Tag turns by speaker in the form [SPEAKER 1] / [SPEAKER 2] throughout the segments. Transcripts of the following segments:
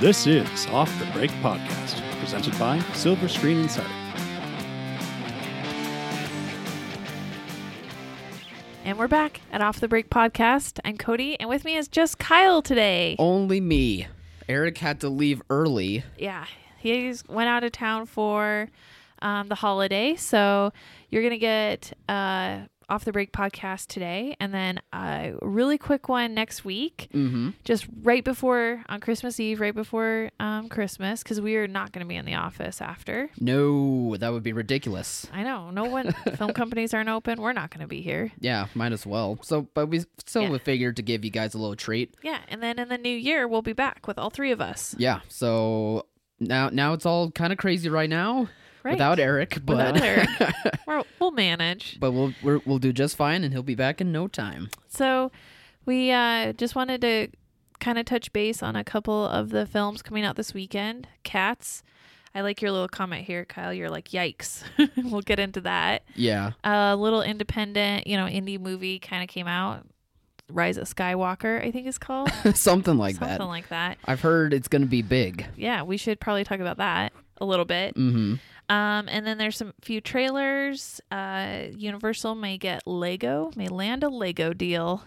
[SPEAKER 1] This is Off the Break Podcast, presented by Silver Screen Insight.
[SPEAKER 2] And we're back at Off the Break podcast. I'm Cody, and with me is just Kyle today.
[SPEAKER 3] Only me. Eric had to leave early.
[SPEAKER 2] Yeah, he's went out of town for um, the holiday, so you're gonna get uh, Off the Break podcast today, and then a really quick one next week,
[SPEAKER 3] Mm-hmm.
[SPEAKER 2] just right before on Christmas Eve, right before um, Christmas, because we are not gonna be in the office after.
[SPEAKER 3] No, that would be ridiculous.
[SPEAKER 2] I know no one. film companies aren't open. We're not gonna be here.
[SPEAKER 3] Yeah, might as well. So, but we still
[SPEAKER 2] Yeah.
[SPEAKER 3] figured to give you guys a little treat.
[SPEAKER 2] Yeah, and then in the new year, we'll be back with all three of us.
[SPEAKER 3] Yeah. So now, now it's all kind of crazy right now
[SPEAKER 2] Right.
[SPEAKER 3] without Eric, but
[SPEAKER 2] Without Eric. We're, we'll manage.
[SPEAKER 3] but we'll we're, we'll do just fine, and he'll be back in no time.
[SPEAKER 2] So we uh, just wanted to kind of touch base on a couple of the films coming out this weekend. Cats. I like your little comment here, Kyle. You're like, yikes. we'll get into that.
[SPEAKER 3] Yeah.
[SPEAKER 2] A little independent, you know, indie movie kind of came out. Rise of Skywalker, I think it's called.
[SPEAKER 3] Something like
[SPEAKER 2] Something
[SPEAKER 3] that.
[SPEAKER 2] like that.
[SPEAKER 3] I've heard it's going to be big.
[SPEAKER 2] Yeah, we should probably talk about that a little bit.
[SPEAKER 3] Mm-hmm.
[SPEAKER 2] Um, and then there's some few trailers. Uh, Universal may get Lego, may land a Lego deal.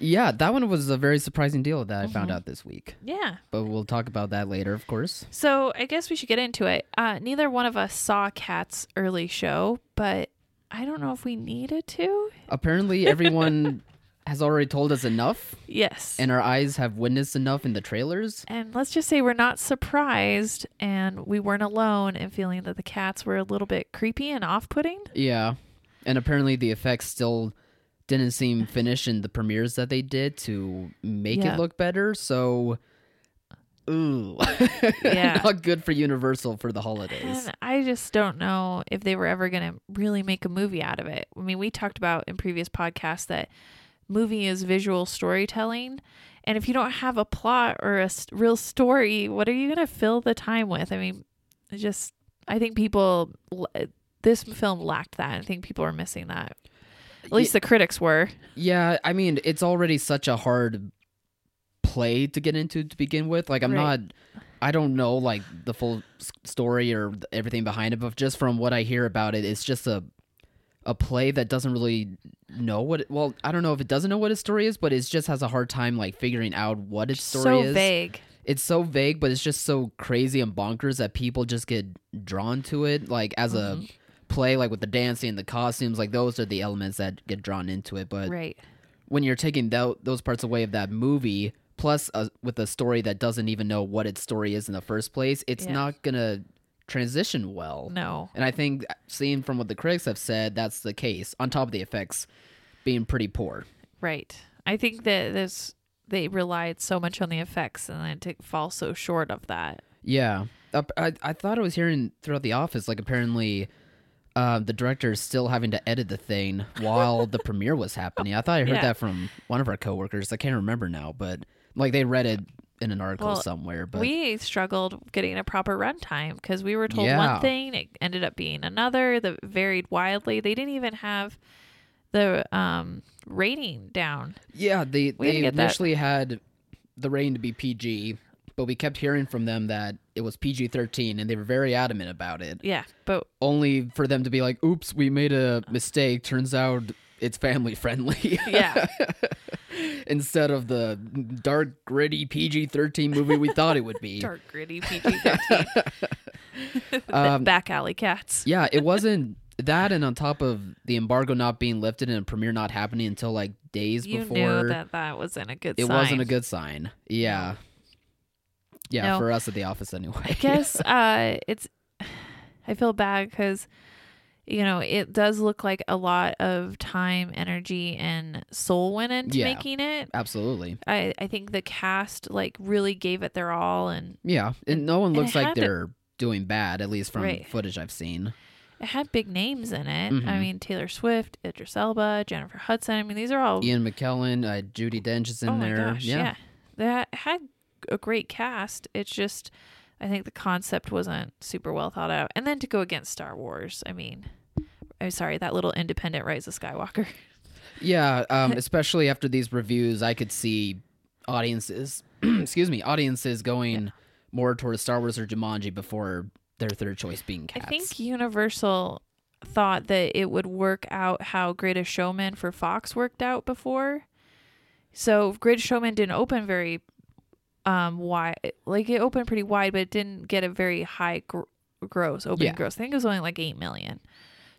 [SPEAKER 3] Yeah, that one was a very surprising deal that I
[SPEAKER 2] Mm-hmm.
[SPEAKER 3] found out this week.
[SPEAKER 2] Yeah,
[SPEAKER 3] But we'll talk about that later, of course.
[SPEAKER 2] So I guess we should get into it. Uh, neither one of us saw Cat's early show, but I don't know if we needed to.
[SPEAKER 3] Apparently, everyone has already told us enough,
[SPEAKER 2] Yes. And,
[SPEAKER 3] and our eyes have witnessed enough in the trailers.
[SPEAKER 2] let's just say we're not surprised, and we weren't alone in feeling that the cats were a little bit creepy and off-putting.
[SPEAKER 3] Yeah, and apparently the effects still didn't seem finished in the premieres that they did to make
[SPEAKER 2] Yeah.
[SPEAKER 3] it look better. So, ooh,
[SPEAKER 2] Yeah.
[SPEAKER 3] not good for Universal for the holidays.
[SPEAKER 2] And I just don't know if they were ever going to really make a movie out of it. I mean, we talked about in previous podcasts that movie is visual storytelling. And if you don't have a plot or a s- real story, what are you going to fill the time with? I mean, it just, I think people, l- this film lacked that. I think people are missing that. At least the critics were.
[SPEAKER 3] Yeah, I mean it's already such a hard play to get into to begin with. Like I'm
[SPEAKER 2] Right.
[SPEAKER 3] not. I don't know like the full s- story or th- everything behind it, but just from what I hear about it, it's just a a play that doesn't really know what. It, well, I don't know if it doesn't know what its story is, but it just has a hard time like figuring out what its story
[SPEAKER 2] so
[SPEAKER 3] is.
[SPEAKER 2] vague.
[SPEAKER 3] It's so vague, but it's just so crazy and bonkers that people just get drawn to it. Like as
[SPEAKER 2] Mm-hmm.
[SPEAKER 3] a play, like with the dancing, the costumes, like those are the elements that get drawn into it. But
[SPEAKER 2] Right.
[SPEAKER 3] when you're taking tho- those parts away of that movie plus uh, with a story that doesn't even know what its story is in the first place it's
[SPEAKER 2] Yeah.
[SPEAKER 3] not gonna transition well
[SPEAKER 2] No.
[SPEAKER 3] and i think seeing from what the critics have said that's the case on top of the effects being pretty poor
[SPEAKER 2] Right. I think that this, they relied so much on the effects and then to fall so short of that.
[SPEAKER 3] yeah Up- I, I thought i was hearing throughout the office like apparently uh, the director is still having to edit the thing while the premiere was happening i thought i heard
[SPEAKER 2] Yeah.
[SPEAKER 3] that from one of our coworkers i can't remember now but like they read it in an article
[SPEAKER 2] Well,
[SPEAKER 3] somewhere but
[SPEAKER 2] we struggled getting a proper runtime because we were told one
[SPEAKER 3] Yeah.
[SPEAKER 2] thing, it ended up being another that varied wildly. They didn't even have the um, rating down.
[SPEAKER 3] Yeah, they
[SPEAKER 2] We didn't
[SPEAKER 3] they
[SPEAKER 2] get that.
[SPEAKER 3] initially had the rating to be PG, but we kept hearing from them that it was PG thirteen, and they were very adamant about it.
[SPEAKER 2] Yeah, but
[SPEAKER 3] Only for them to be like, "Oops, we made a mistake. Turns out it's family friendly."
[SPEAKER 2] yeah,
[SPEAKER 3] Instead of the dark, gritty PG thirteen movie we thought it would be.
[SPEAKER 2] dark gritty PG thirteen.
[SPEAKER 3] Um,
[SPEAKER 2] back alley cats.
[SPEAKER 3] yeah, it wasn't that, and on top of the embargo not being lifted and a premiere not happening until like days
[SPEAKER 2] You
[SPEAKER 3] before.
[SPEAKER 2] knew that that wasn't a good.
[SPEAKER 3] it
[SPEAKER 2] sign.
[SPEAKER 3] wasn't a good sign. Yeah. Yeah,
[SPEAKER 2] No.
[SPEAKER 3] for us at the office anyway.
[SPEAKER 2] I guess uh, it's. I feel bad because, you know, it does look like a lot of time, energy, and soul went into
[SPEAKER 3] Yeah.
[SPEAKER 2] making it.
[SPEAKER 3] Absolutely.
[SPEAKER 2] I, I think the cast like really gave it their all and
[SPEAKER 3] Yeah. And no one
[SPEAKER 2] and it
[SPEAKER 3] looks
[SPEAKER 2] had
[SPEAKER 3] like
[SPEAKER 2] to-
[SPEAKER 3] they're doing bad, at least from
[SPEAKER 2] Right.
[SPEAKER 3] footage I've seen.
[SPEAKER 2] it had big names in it. I
[SPEAKER 3] Mhm.
[SPEAKER 2] mean Taylor Swift, Idris Elba, Jennifer Hudson. I mean these are all
[SPEAKER 3] Ian McKellen, uh, Judy Dench is in
[SPEAKER 2] oh my
[SPEAKER 3] there.
[SPEAKER 2] gosh, yeah. That had a great cast. It's just I think the concept wasn't super well thought out. And then to go against Star Wars, I mean I'm sorry, that little independent Rise of Skywalker.
[SPEAKER 3] Yeah. um, especially after these reviews, I could see audiences excuse me, audiences going more towards Star Wars or Jumanji before their third choice being
[SPEAKER 2] I
[SPEAKER 3] cats.
[SPEAKER 2] think Universal thought that it would work out how Greatest Showman for Fox worked out before. So Greatest Showman didn't open very um wide, like it opened pretty wide, but it didn't get a very high gr- gross opening
[SPEAKER 3] Yeah.
[SPEAKER 2] gross. I think it was only like eight million.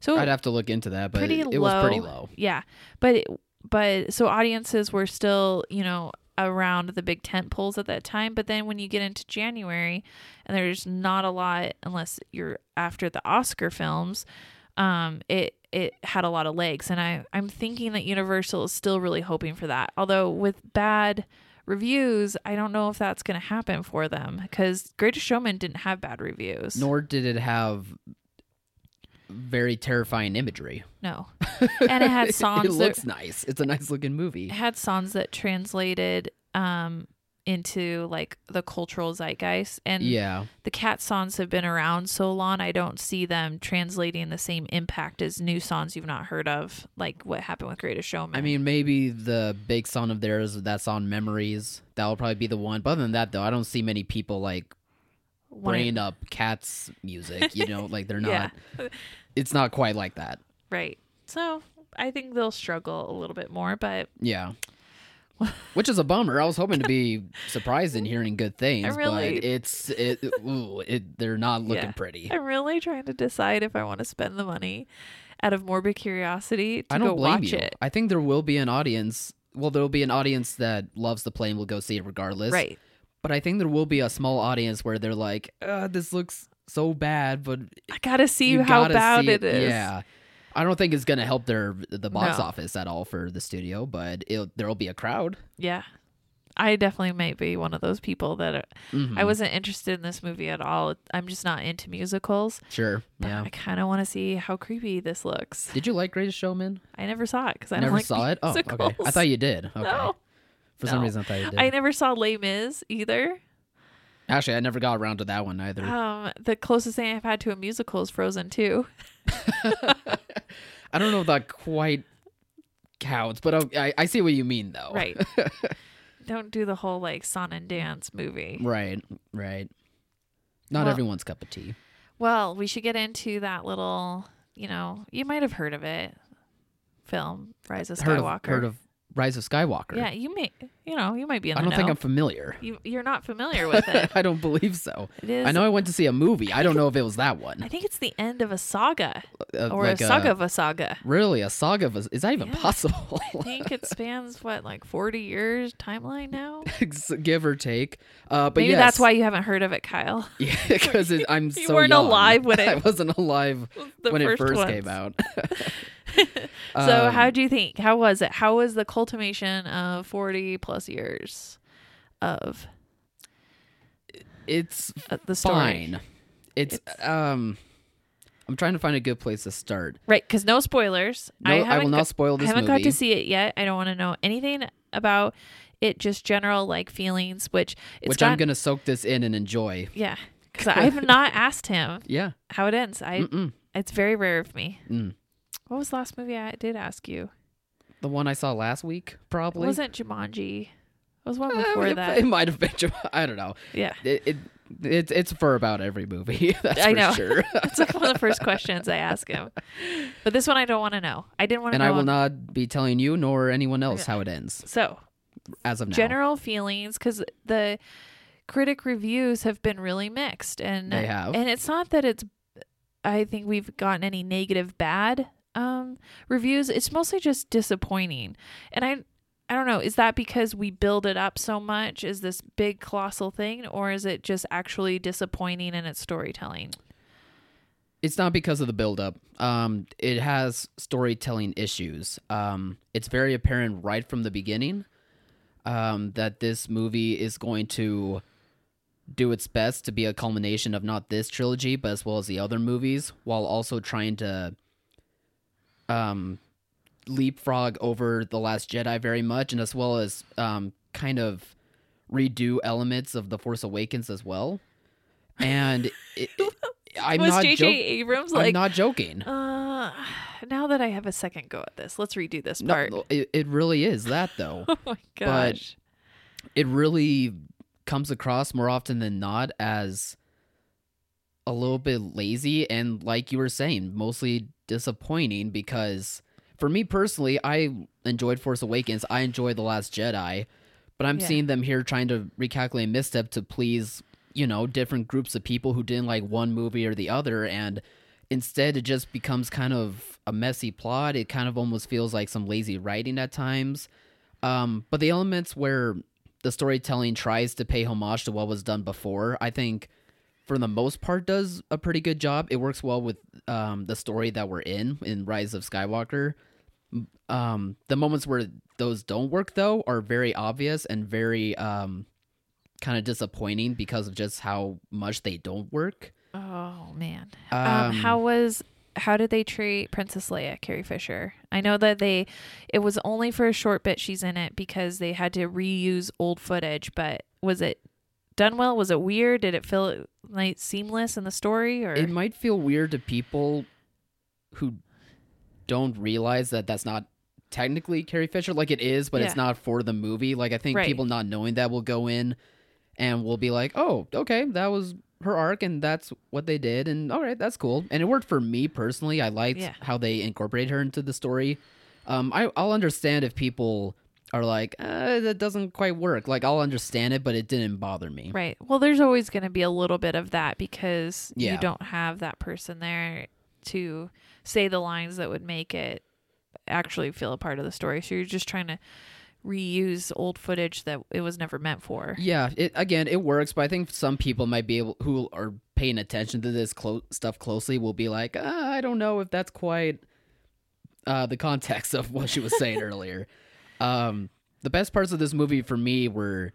[SPEAKER 2] So
[SPEAKER 3] I'd have to look into that, but
[SPEAKER 2] pretty
[SPEAKER 3] it, it was pretty
[SPEAKER 2] low.
[SPEAKER 3] low.
[SPEAKER 2] yeah, but it, but so audiences were still you know around the big tent poles at that time. But then when you get into January, and there's not a lot unless you're after the Oscar films, um, it it had a lot of legs, and I I'm thinking that Universal is still really hoping for that. Although with bad reviews, I don't know if that's going to happen for them because Greatest Showman didn't have bad reviews.
[SPEAKER 3] Nor did it have very terrifying imagery.
[SPEAKER 2] no, and it had songs.
[SPEAKER 3] it
[SPEAKER 2] that-
[SPEAKER 3] looks nice. It's a nice looking movie.
[SPEAKER 2] It had songs that translated um into like the cultural zeitgeist and
[SPEAKER 3] Yeah.
[SPEAKER 2] the cat songs have been around so long i don't see them translating the same impact as new songs you've not heard of like what happened with greatest showman
[SPEAKER 3] I mean, maybe the big song of theirs that's on Memories. That will probably be the one. But other than that, though, I don't see many people like
[SPEAKER 2] When it-
[SPEAKER 3] bringing up cats music. You know, like they're not.
[SPEAKER 2] Yeah.
[SPEAKER 3] It's not quite like that.
[SPEAKER 2] right so i think they'll struggle a little bit more but
[SPEAKER 3] Yeah. Which is a bummer. I was hoping to be surprised in hearing good things,
[SPEAKER 2] really-
[SPEAKER 3] but it's it, ooh, it they're not looking
[SPEAKER 2] Yeah.
[SPEAKER 3] pretty.
[SPEAKER 2] i'm really trying to decide if i want to spend the money out of morbid curiosity to
[SPEAKER 3] I don't
[SPEAKER 2] go
[SPEAKER 3] blame
[SPEAKER 2] watch
[SPEAKER 3] you.
[SPEAKER 2] it
[SPEAKER 3] I think there will be an audience. Well, there will be an audience that loves the play and will go see it regardless.
[SPEAKER 2] right
[SPEAKER 3] But I think there will be a small audience where they're like, uh, "This looks so bad," but
[SPEAKER 2] i gotta see
[SPEAKER 3] you
[SPEAKER 2] how
[SPEAKER 3] gotta
[SPEAKER 2] bad
[SPEAKER 3] see
[SPEAKER 2] it is
[SPEAKER 3] Yeah, I don't think it's gonna help their the box
[SPEAKER 2] No.
[SPEAKER 3] office at all for the studio, but it'll, there'll be a crowd.
[SPEAKER 2] Yeah. I definitely might be one of those people that are,
[SPEAKER 3] Mm. Mm-hmm.
[SPEAKER 2] I wasn't interested in this movie at all. I'm just not into musicals.
[SPEAKER 3] Sure. Yeah.
[SPEAKER 2] I kind of want to see how creepy this looks.
[SPEAKER 3] Did you like Greatest Showman?
[SPEAKER 2] I never saw it because I
[SPEAKER 3] never
[SPEAKER 2] don't like
[SPEAKER 3] saw it. Oh, okay. I
[SPEAKER 2] musicals.
[SPEAKER 3] thought you did. Okay.
[SPEAKER 2] No,
[SPEAKER 3] For some
[SPEAKER 2] no.
[SPEAKER 3] reason, I thought you did.
[SPEAKER 2] I never saw Les Mis either.
[SPEAKER 3] Actually, I never got around to that one either.
[SPEAKER 2] Um, the closest thing I've had to a musical is Frozen 2.
[SPEAKER 3] I don't know if that quite counts, but I, I, I see what you mean, though.
[SPEAKER 2] Right. don't do the whole like song and dance movie.
[SPEAKER 3] Right. Right. Not
[SPEAKER 2] Well-
[SPEAKER 3] everyone's cup of tea.
[SPEAKER 2] Well, we should get into that little, you know, you might have heard of it film, Rise of Skywalker.
[SPEAKER 3] Heard of, heard of Rise of Skywalker.
[SPEAKER 2] Yeah, you may, you know, you might be in the
[SPEAKER 3] I don't think
[SPEAKER 2] know.
[SPEAKER 3] I'm familiar.
[SPEAKER 2] you, you're not familiar with it.
[SPEAKER 3] I don't believe so.
[SPEAKER 2] It is.
[SPEAKER 3] I know I went to see a movie. I don't know if it was that one.
[SPEAKER 2] I think it's the end of a saga
[SPEAKER 3] Uh,
[SPEAKER 2] or
[SPEAKER 3] like
[SPEAKER 2] a saga of a saga.
[SPEAKER 3] Really, a saga of a, is that even
[SPEAKER 2] Yeah.
[SPEAKER 3] possible?
[SPEAKER 2] I think it spans what like 40 years timeline now.
[SPEAKER 3] Give or take. Uh, but
[SPEAKER 2] Maybe
[SPEAKER 3] yes.
[SPEAKER 2] that's why you haven't heard of it, Kyle.
[SPEAKER 3] Yeah, because I'm
[SPEAKER 2] You
[SPEAKER 3] so
[SPEAKER 2] weren't
[SPEAKER 3] young.
[SPEAKER 2] alive when it-
[SPEAKER 3] I wasn't alive
[SPEAKER 2] the
[SPEAKER 3] when it
[SPEAKER 2] first
[SPEAKER 3] first
[SPEAKER 2] ones.
[SPEAKER 3] came out.
[SPEAKER 2] So
[SPEAKER 3] Um,
[SPEAKER 2] how do you think? How was it? How was the cultivation of 40 plus years of
[SPEAKER 3] It's
[SPEAKER 2] uh, the story?
[SPEAKER 3] fine. It's, um, I'm trying to find a good place to start.
[SPEAKER 2] Right, because no spoilers.
[SPEAKER 3] No, I, will
[SPEAKER 2] haven't
[SPEAKER 3] not spoil
[SPEAKER 2] I
[SPEAKER 3] this
[SPEAKER 2] haven't got
[SPEAKER 3] movie.
[SPEAKER 2] to see it yet. I don't want to know anything about it. Just general like feelings, which it's
[SPEAKER 3] which
[SPEAKER 2] got,
[SPEAKER 3] I'm gonna soak this in and enjoy.
[SPEAKER 2] yeah. Because I've not asked him
[SPEAKER 3] Yeah.
[SPEAKER 2] how it ends. I
[SPEAKER 3] Mm-mm.
[SPEAKER 2] it's very rare of me.
[SPEAKER 3] Mm.
[SPEAKER 2] What was the last movie I did ask you?
[SPEAKER 3] The one I saw last week, probably.
[SPEAKER 2] It wasn't Jumanji. It was one
[SPEAKER 3] Uh,
[SPEAKER 2] before
[SPEAKER 3] it,
[SPEAKER 2] that.
[SPEAKER 3] it might have been. Juma- I don't know.
[SPEAKER 2] yeah,
[SPEAKER 3] It, it it's it's for about every movie. That's
[SPEAKER 2] I
[SPEAKER 3] for
[SPEAKER 2] know.
[SPEAKER 3] sure.
[SPEAKER 2] that's like one of the first questions I ask him. But this one I don't want to know. I didn't want to
[SPEAKER 3] and
[SPEAKER 2] know.
[SPEAKER 3] I will not be telling you nor anyone else how it ends
[SPEAKER 2] So
[SPEAKER 3] as of now.
[SPEAKER 2] general feelings because the critic reviews have been really mixed and
[SPEAKER 3] They have.
[SPEAKER 2] and it's not that it's i think we've gotten any negative bad um reviews it's mostly just disappointing and i i don't know is that because we build it up so much is this big colossal thing or is it just actually disappointing in its storytelling
[SPEAKER 3] it's not because of the buildup. Um, it has storytelling issues. Um, it's very apparent right from the beginning um, that this movie is going to do its best to be a culmination of not this trilogy, but as well as the other movies, while also trying to um, leapfrog over The Last Jedi very much, and as well as um, kind of redo elements of The Force Awakens as well. And it, it- I'm
[SPEAKER 2] was
[SPEAKER 3] not
[SPEAKER 2] jj
[SPEAKER 3] joking.
[SPEAKER 2] abrams
[SPEAKER 3] I'm
[SPEAKER 2] like
[SPEAKER 3] not joking.
[SPEAKER 2] uh now that i have a second go at this let's redo this part
[SPEAKER 3] No, it, it really is that though.
[SPEAKER 2] oh my gosh
[SPEAKER 3] it really comes across more often than not as a little bit lazy and like you were saying mostly disappointing because for me personally i enjoyed force awakens i enjoyed the last jedi but i'm
[SPEAKER 2] Yeah.
[SPEAKER 3] seeing them here trying to recalculate a misstep to please you know different groups of people who didn't like one movie or the other and instead it just becomes kind of a messy plot it kind of almost feels like some lazy writing at times um, but the elements where the storytelling tries to pay homage to what was done before, I think, for the most part, does a pretty good job. It works well with um, the story that we're in in Rise of Skywalker. Um, the moments where those don't work though are very obvious and very um, kind of disappointing because of just how much they don't work.
[SPEAKER 2] Oh man. Um,
[SPEAKER 3] Um,
[SPEAKER 2] how was how did they treat Princess Leia, Carrie Fisher? I know that they it was only for a short bit she's in it because they had to reuse old footage, but was it done well? Was it weird? Did it feel like seamless in the story or
[SPEAKER 3] It might feel weird to people who don't realize that that's not technically Carrie Fisher. Like it is, but it's
[SPEAKER 2] Yeah.
[SPEAKER 3] not for the movie. Like I think
[SPEAKER 2] Right.
[SPEAKER 3] people not knowing that will go in and will be like, oh, okay, that was her arc and that's what they did. And all right, that's cool. And it worked for me personally. I liked
[SPEAKER 2] Yeah.
[SPEAKER 3] how they incorporated her into the story. Um, I, I'll understand if people are like, uh, that doesn't quite work. Like I'll understand it, but it didn't bother me.
[SPEAKER 2] Right. Well, there's always going to be a little bit of that because
[SPEAKER 3] Yeah.
[SPEAKER 2] you don't have that person there to say the lines that would make it actually feel a part of the story. So you're just trying to reuse old footage that it was never meant for.
[SPEAKER 3] Yeah, it, again, it works, but I think some people might be able who are paying attention to this clo- stuff closely will be like, uh, I don't know if that's quite uh, the context of what she was saying earlier. Um, the best parts of this movie for me were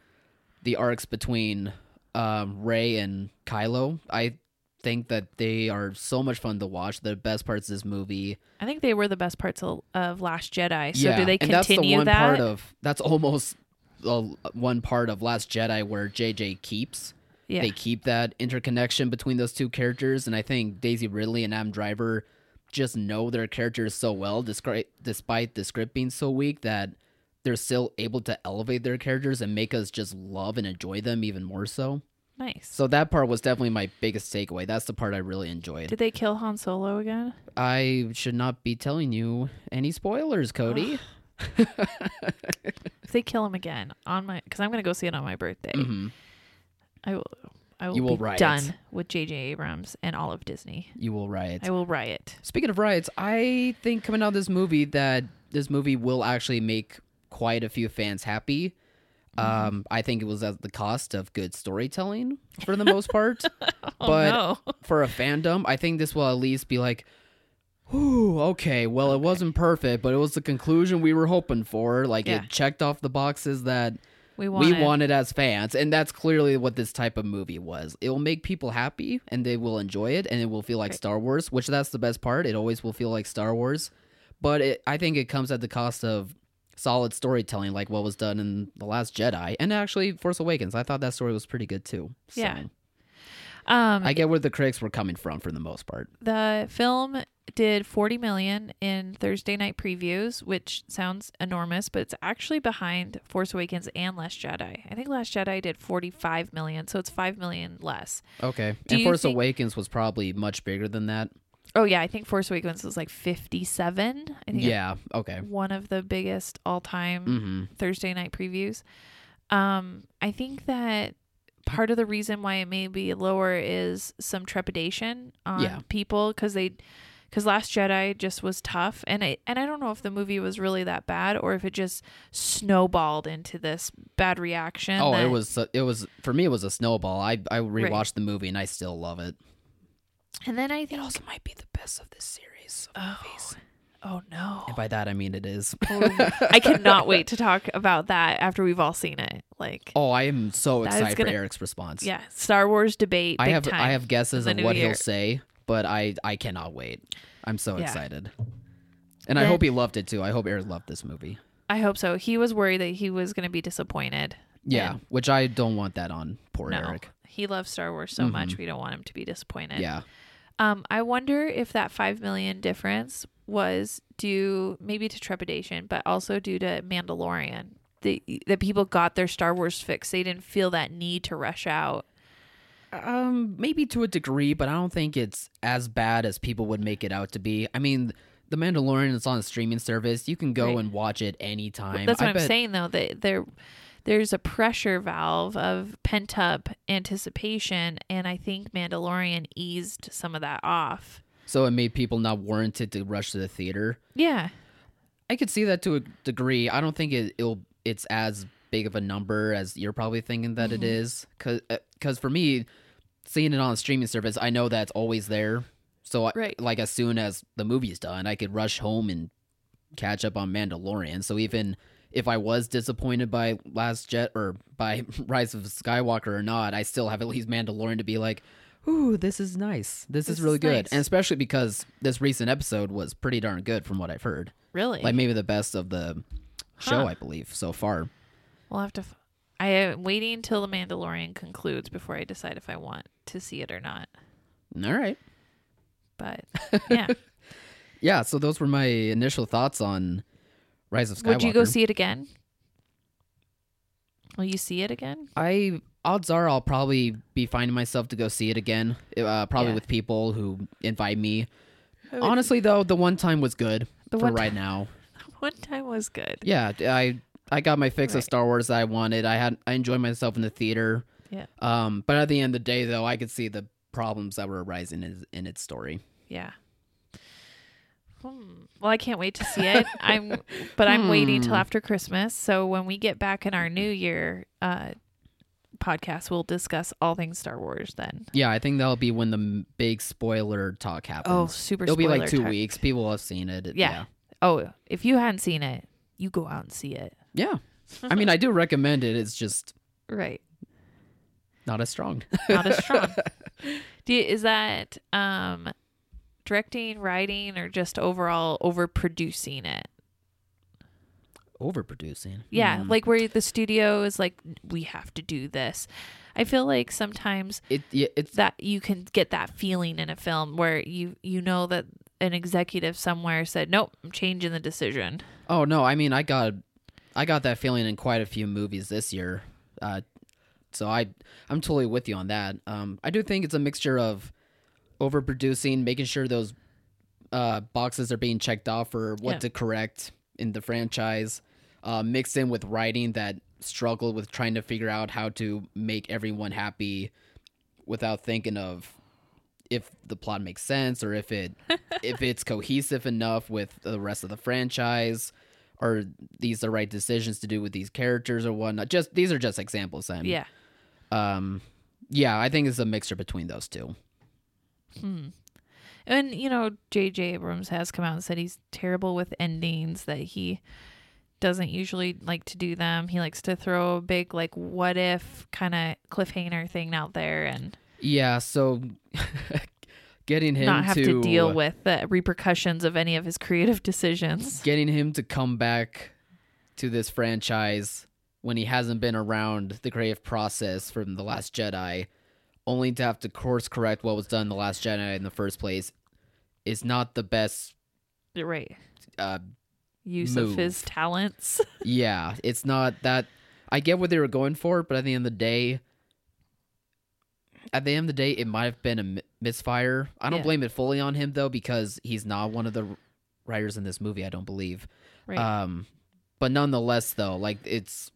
[SPEAKER 3] the arcs between um, Ray and Kylo. I think that they are so much fun to watch. The best parts of this movie.
[SPEAKER 2] I think they were the best parts of, of Last Jedi. So
[SPEAKER 3] yeah,
[SPEAKER 2] do they
[SPEAKER 3] and
[SPEAKER 2] continue
[SPEAKER 3] that's the one
[SPEAKER 2] that?
[SPEAKER 3] part of that's almost the one part of Last Jedi where JJ keeps
[SPEAKER 2] yeah.
[SPEAKER 3] they keep that interconnection between those two characters and i think daisy ridley and adam driver just know their characters so well despite despite the script being so weak that they're still able to elevate their characters and make us just love and enjoy them even more so
[SPEAKER 2] nice.
[SPEAKER 3] so that part was definitely my biggest takeaway that's the part i really enjoyed
[SPEAKER 2] Did they kill Han Solo again?
[SPEAKER 3] i should not be telling you any spoilers cody
[SPEAKER 2] If they kill him again on my, because I'm going to go see it on my birthday.
[SPEAKER 3] Mhm.
[SPEAKER 2] I will. I will,
[SPEAKER 3] You will
[SPEAKER 2] be
[SPEAKER 3] riot.
[SPEAKER 2] done with J.J. Abrams and all of Disney.
[SPEAKER 3] you will riot
[SPEAKER 2] I will riot.
[SPEAKER 3] Speaking of riots, I think coming out of this movie that this movie will actually make quite a few fans happy. Um, I think it was at the cost of good storytelling for the most part. but
[SPEAKER 2] oh no.
[SPEAKER 3] for a fandom, I think this will at least be like, Ooh, okay, well, it wasn't perfect, but it was the conclusion we were hoping for. Like,
[SPEAKER 2] Yeah.
[SPEAKER 3] it checked off the boxes that
[SPEAKER 2] We
[SPEAKER 3] we
[SPEAKER 2] wanted.
[SPEAKER 3] wanted as fans. And that's clearly what this type of movie was. It will make people happy and they will enjoy it and it will feel like Star Wars, which that's the best part. It always will feel like Star Wars. But it, I think it comes at the cost of solid storytelling, like what was done in The Last Jedi and actually Force Awakens. I thought that story was pretty good too. So,
[SPEAKER 2] Yeah. Um,
[SPEAKER 3] I get where the critics were coming from for the most part.
[SPEAKER 2] the film did 40 million in Thursday night previews, which sounds enormous, but it's actually behind Force Awakens and Last Jedi. I think Last Jedi did 45 million, so it's 5 million less.
[SPEAKER 3] Okay.
[SPEAKER 2] Do
[SPEAKER 3] and
[SPEAKER 2] you
[SPEAKER 3] Force
[SPEAKER 2] think-
[SPEAKER 3] Awakens was probably much bigger than that.
[SPEAKER 2] Oh yeah, I think Force Awakens was like 57. I think Mm-hmm.
[SPEAKER 3] Yeah. Okay.
[SPEAKER 2] one of the biggest all-time
[SPEAKER 3] hmm
[SPEAKER 2] Thursday night previews. Um, I think that part of the reason why it may be lower is some trepidation on
[SPEAKER 3] Yeah.
[SPEAKER 2] people because they because Last Jedi just was tough, and I and I don't know if the movie was really that bad or if it just snowballed into this bad reaction.
[SPEAKER 3] Oh, it
[SPEAKER 2] that-
[SPEAKER 3] was it was for me. It was a snowball. I I rewatched the movie and I still love it.
[SPEAKER 2] And then I think,
[SPEAKER 3] might be the best of this series.
[SPEAKER 2] oh, oh no,
[SPEAKER 3] And by that I mean it is.
[SPEAKER 2] I cannot wait to talk about that after we've all seen it. Like,
[SPEAKER 3] oh, I am so
[SPEAKER 2] That is
[SPEAKER 3] excited
[SPEAKER 2] gonna-
[SPEAKER 3] for Eric's response.
[SPEAKER 2] yeah, Star Wars debate.
[SPEAKER 3] I
[SPEAKER 2] big
[SPEAKER 3] have
[SPEAKER 2] time
[SPEAKER 3] I have guesses
[SPEAKER 2] in
[SPEAKER 3] of
[SPEAKER 2] the new
[SPEAKER 3] what
[SPEAKER 2] year.
[SPEAKER 3] he'll say, but I I cannot wait. I'm so
[SPEAKER 2] Yeah.
[SPEAKER 3] excited. And I
[SPEAKER 2] Then-
[SPEAKER 3] hope he loved it too. I hope Eric loved this movie.
[SPEAKER 2] I hope so. He was worried that he was going to be disappointed.
[SPEAKER 3] Yeah,
[SPEAKER 2] And
[SPEAKER 3] which I don't want that on poor
[SPEAKER 2] no,
[SPEAKER 3] Eric. Mm-hmm.
[SPEAKER 2] he loves Star Wars so much. We don't want him to be disappointed.
[SPEAKER 3] Yeah.
[SPEAKER 2] Um, I wonder if that five million difference was due maybe to trepidation, but also due to Mandalorian. that that people got their Star Wars fix. They didn't feel that need to rush out.
[SPEAKER 3] Um, maybe to a degree, but I don't think it's as bad as people would make it out to be. I mean, The Mandalorian is on a streaming service. You can go
[SPEAKER 2] Right.
[SPEAKER 3] and watch it anytime.
[SPEAKER 2] That's what
[SPEAKER 3] I
[SPEAKER 2] I am
[SPEAKER 3] bet-
[SPEAKER 2] saying though. That there there's a pressure valve of pent up anticipation, and I think Mandalorian eased some of that off.
[SPEAKER 3] So it made people not warranted to rush to the theater.
[SPEAKER 2] Yeah,
[SPEAKER 3] I could see that to a degree. I don't think it, it'll it's as big of a number as you're probably thinking that it
[SPEAKER 2] Mm-hmm.
[SPEAKER 3] is. Cause, uh, 'cause for me, seeing it on a streaming service, I know that's always there. So I,
[SPEAKER 2] Right.
[SPEAKER 3] like as soon as the movie's done, I could rush home and catch up on Mandalorian. So even if I was disappointed by Last Jet or by Rise of Skywalker or not, I still have at least Mandalorian to be like, ooh, this is nice. This,
[SPEAKER 2] This
[SPEAKER 3] is really
[SPEAKER 2] is
[SPEAKER 3] good.
[SPEAKER 2] nice.
[SPEAKER 3] And especially because this recent episode was pretty darn good from what I've heard
[SPEAKER 2] really.
[SPEAKER 3] like maybe the best of the
[SPEAKER 2] Huh.
[SPEAKER 3] show, I believe, so far.
[SPEAKER 2] we'll have to. F- I am waiting until the Mandalorian concludes before I decide if I want to see it or not.
[SPEAKER 3] All right.
[SPEAKER 2] But yeah,
[SPEAKER 3] Yeah, so those were my initial thoughts on Rise of Skywalker.
[SPEAKER 2] would you go see it again? Will you see it again?
[SPEAKER 3] I odds are I'll probably be finding myself to go see it again, uh, probably
[SPEAKER 2] Yeah.
[SPEAKER 3] with people who invite me.
[SPEAKER 2] would-
[SPEAKER 3] Honestly, though, the one time was good
[SPEAKER 2] The
[SPEAKER 3] for
[SPEAKER 2] one
[SPEAKER 3] right now.
[SPEAKER 2] One time was good.
[SPEAKER 3] Yeah, I I got my fix
[SPEAKER 2] Right.
[SPEAKER 3] of Star Wars that I wanted. I had I enjoyed myself in the theater.
[SPEAKER 2] Yeah.
[SPEAKER 3] Um, but at the end of the day, though, I could see the problems that were arising in, in its story.
[SPEAKER 2] Yeah. Hmm. Well, I can't wait to see it. I'm, but I'm waiting till after Christmas. So when we get back in our New Year uh, podcast, we'll discuss all things Star Wars. Then.
[SPEAKER 3] Yeah, I think that'll be when the m- big spoiler talk happens.
[SPEAKER 2] Oh, super.
[SPEAKER 3] It'll be like
[SPEAKER 2] spoiler
[SPEAKER 3] two
[SPEAKER 2] tar-
[SPEAKER 3] weeks. People will have seen it. It-
[SPEAKER 2] Yeah. Oh, if you hadn't seen it, you go out and see it.
[SPEAKER 3] Yeah. Yeah. I mean, I do recommend it. It's just
[SPEAKER 2] Right.
[SPEAKER 3] not as strong.
[SPEAKER 2] Not as strong. Do you, is that um, directing, writing, or just overall overproducing it?
[SPEAKER 3] Overproducing.
[SPEAKER 2] Yeah,
[SPEAKER 3] Mm.
[SPEAKER 2] like where the studio is like, we have to do this. I feel like sometimes
[SPEAKER 3] it. Yeah, it's
[SPEAKER 2] that you can get that feeling in a film where you you know that an executive somewhere said, "Nope, I'm changing the decision."
[SPEAKER 3] Oh no. I mean, I got, I got that feeling in quite a few movies this year. Uh, so I, I'm totally with you on that. Um, I do think it's a mixture of overproducing, making sure those uh, boxes are being checked off for what
[SPEAKER 2] Yeah.
[SPEAKER 3] to correct in the franchise, uh, mixed in with writing that struggled with trying to figure out how to make everyone happy without thinking of if the plot makes sense or if it if it's cohesive enough with the rest of the franchise are these the right decisions to do with these characters or whatnot just these are just examples I'm,
[SPEAKER 2] Yeah.
[SPEAKER 3] um yeah i think it's a mixture between those two
[SPEAKER 2] And you know, J.J. Abrams has come out and said he's terrible with endings that he doesn't usually like to do them. He likes to throw a big like what if kind of cliffhanger thing out there and
[SPEAKER 3] yeah so getting him
[SPEAKER 2] not have to,
[SPEAKER 3] to
[SPEAKER 2] deal with the repercussions of any of his creative decisions.
[SPEAKER 3] getting him to come back to this franchise when he hasn't been around the creative process from the last jedi only to have to course correct what was done in the last jedi in the first place is not the best
[SPEAKER 2] Right.
[SPEAKER 3] uh
[SPEAKER 2] Use of his
[SPEAKER 3] Move. Uh,
[SPEAKER 2] talents.
[SPEAKER 3] yeah it's not that i get what they were going for but at the end of the day at the end of the day it might have been a mi- misfire i don't
[SPEAKER 2] Yeah.
[SPEAKER 3] blame it fully on him though because he's not one of the writers in this movie i don't believe
[SPEAKER 2] Right.
[SPEAKER 3] Um, but nonetheless, though, like it's,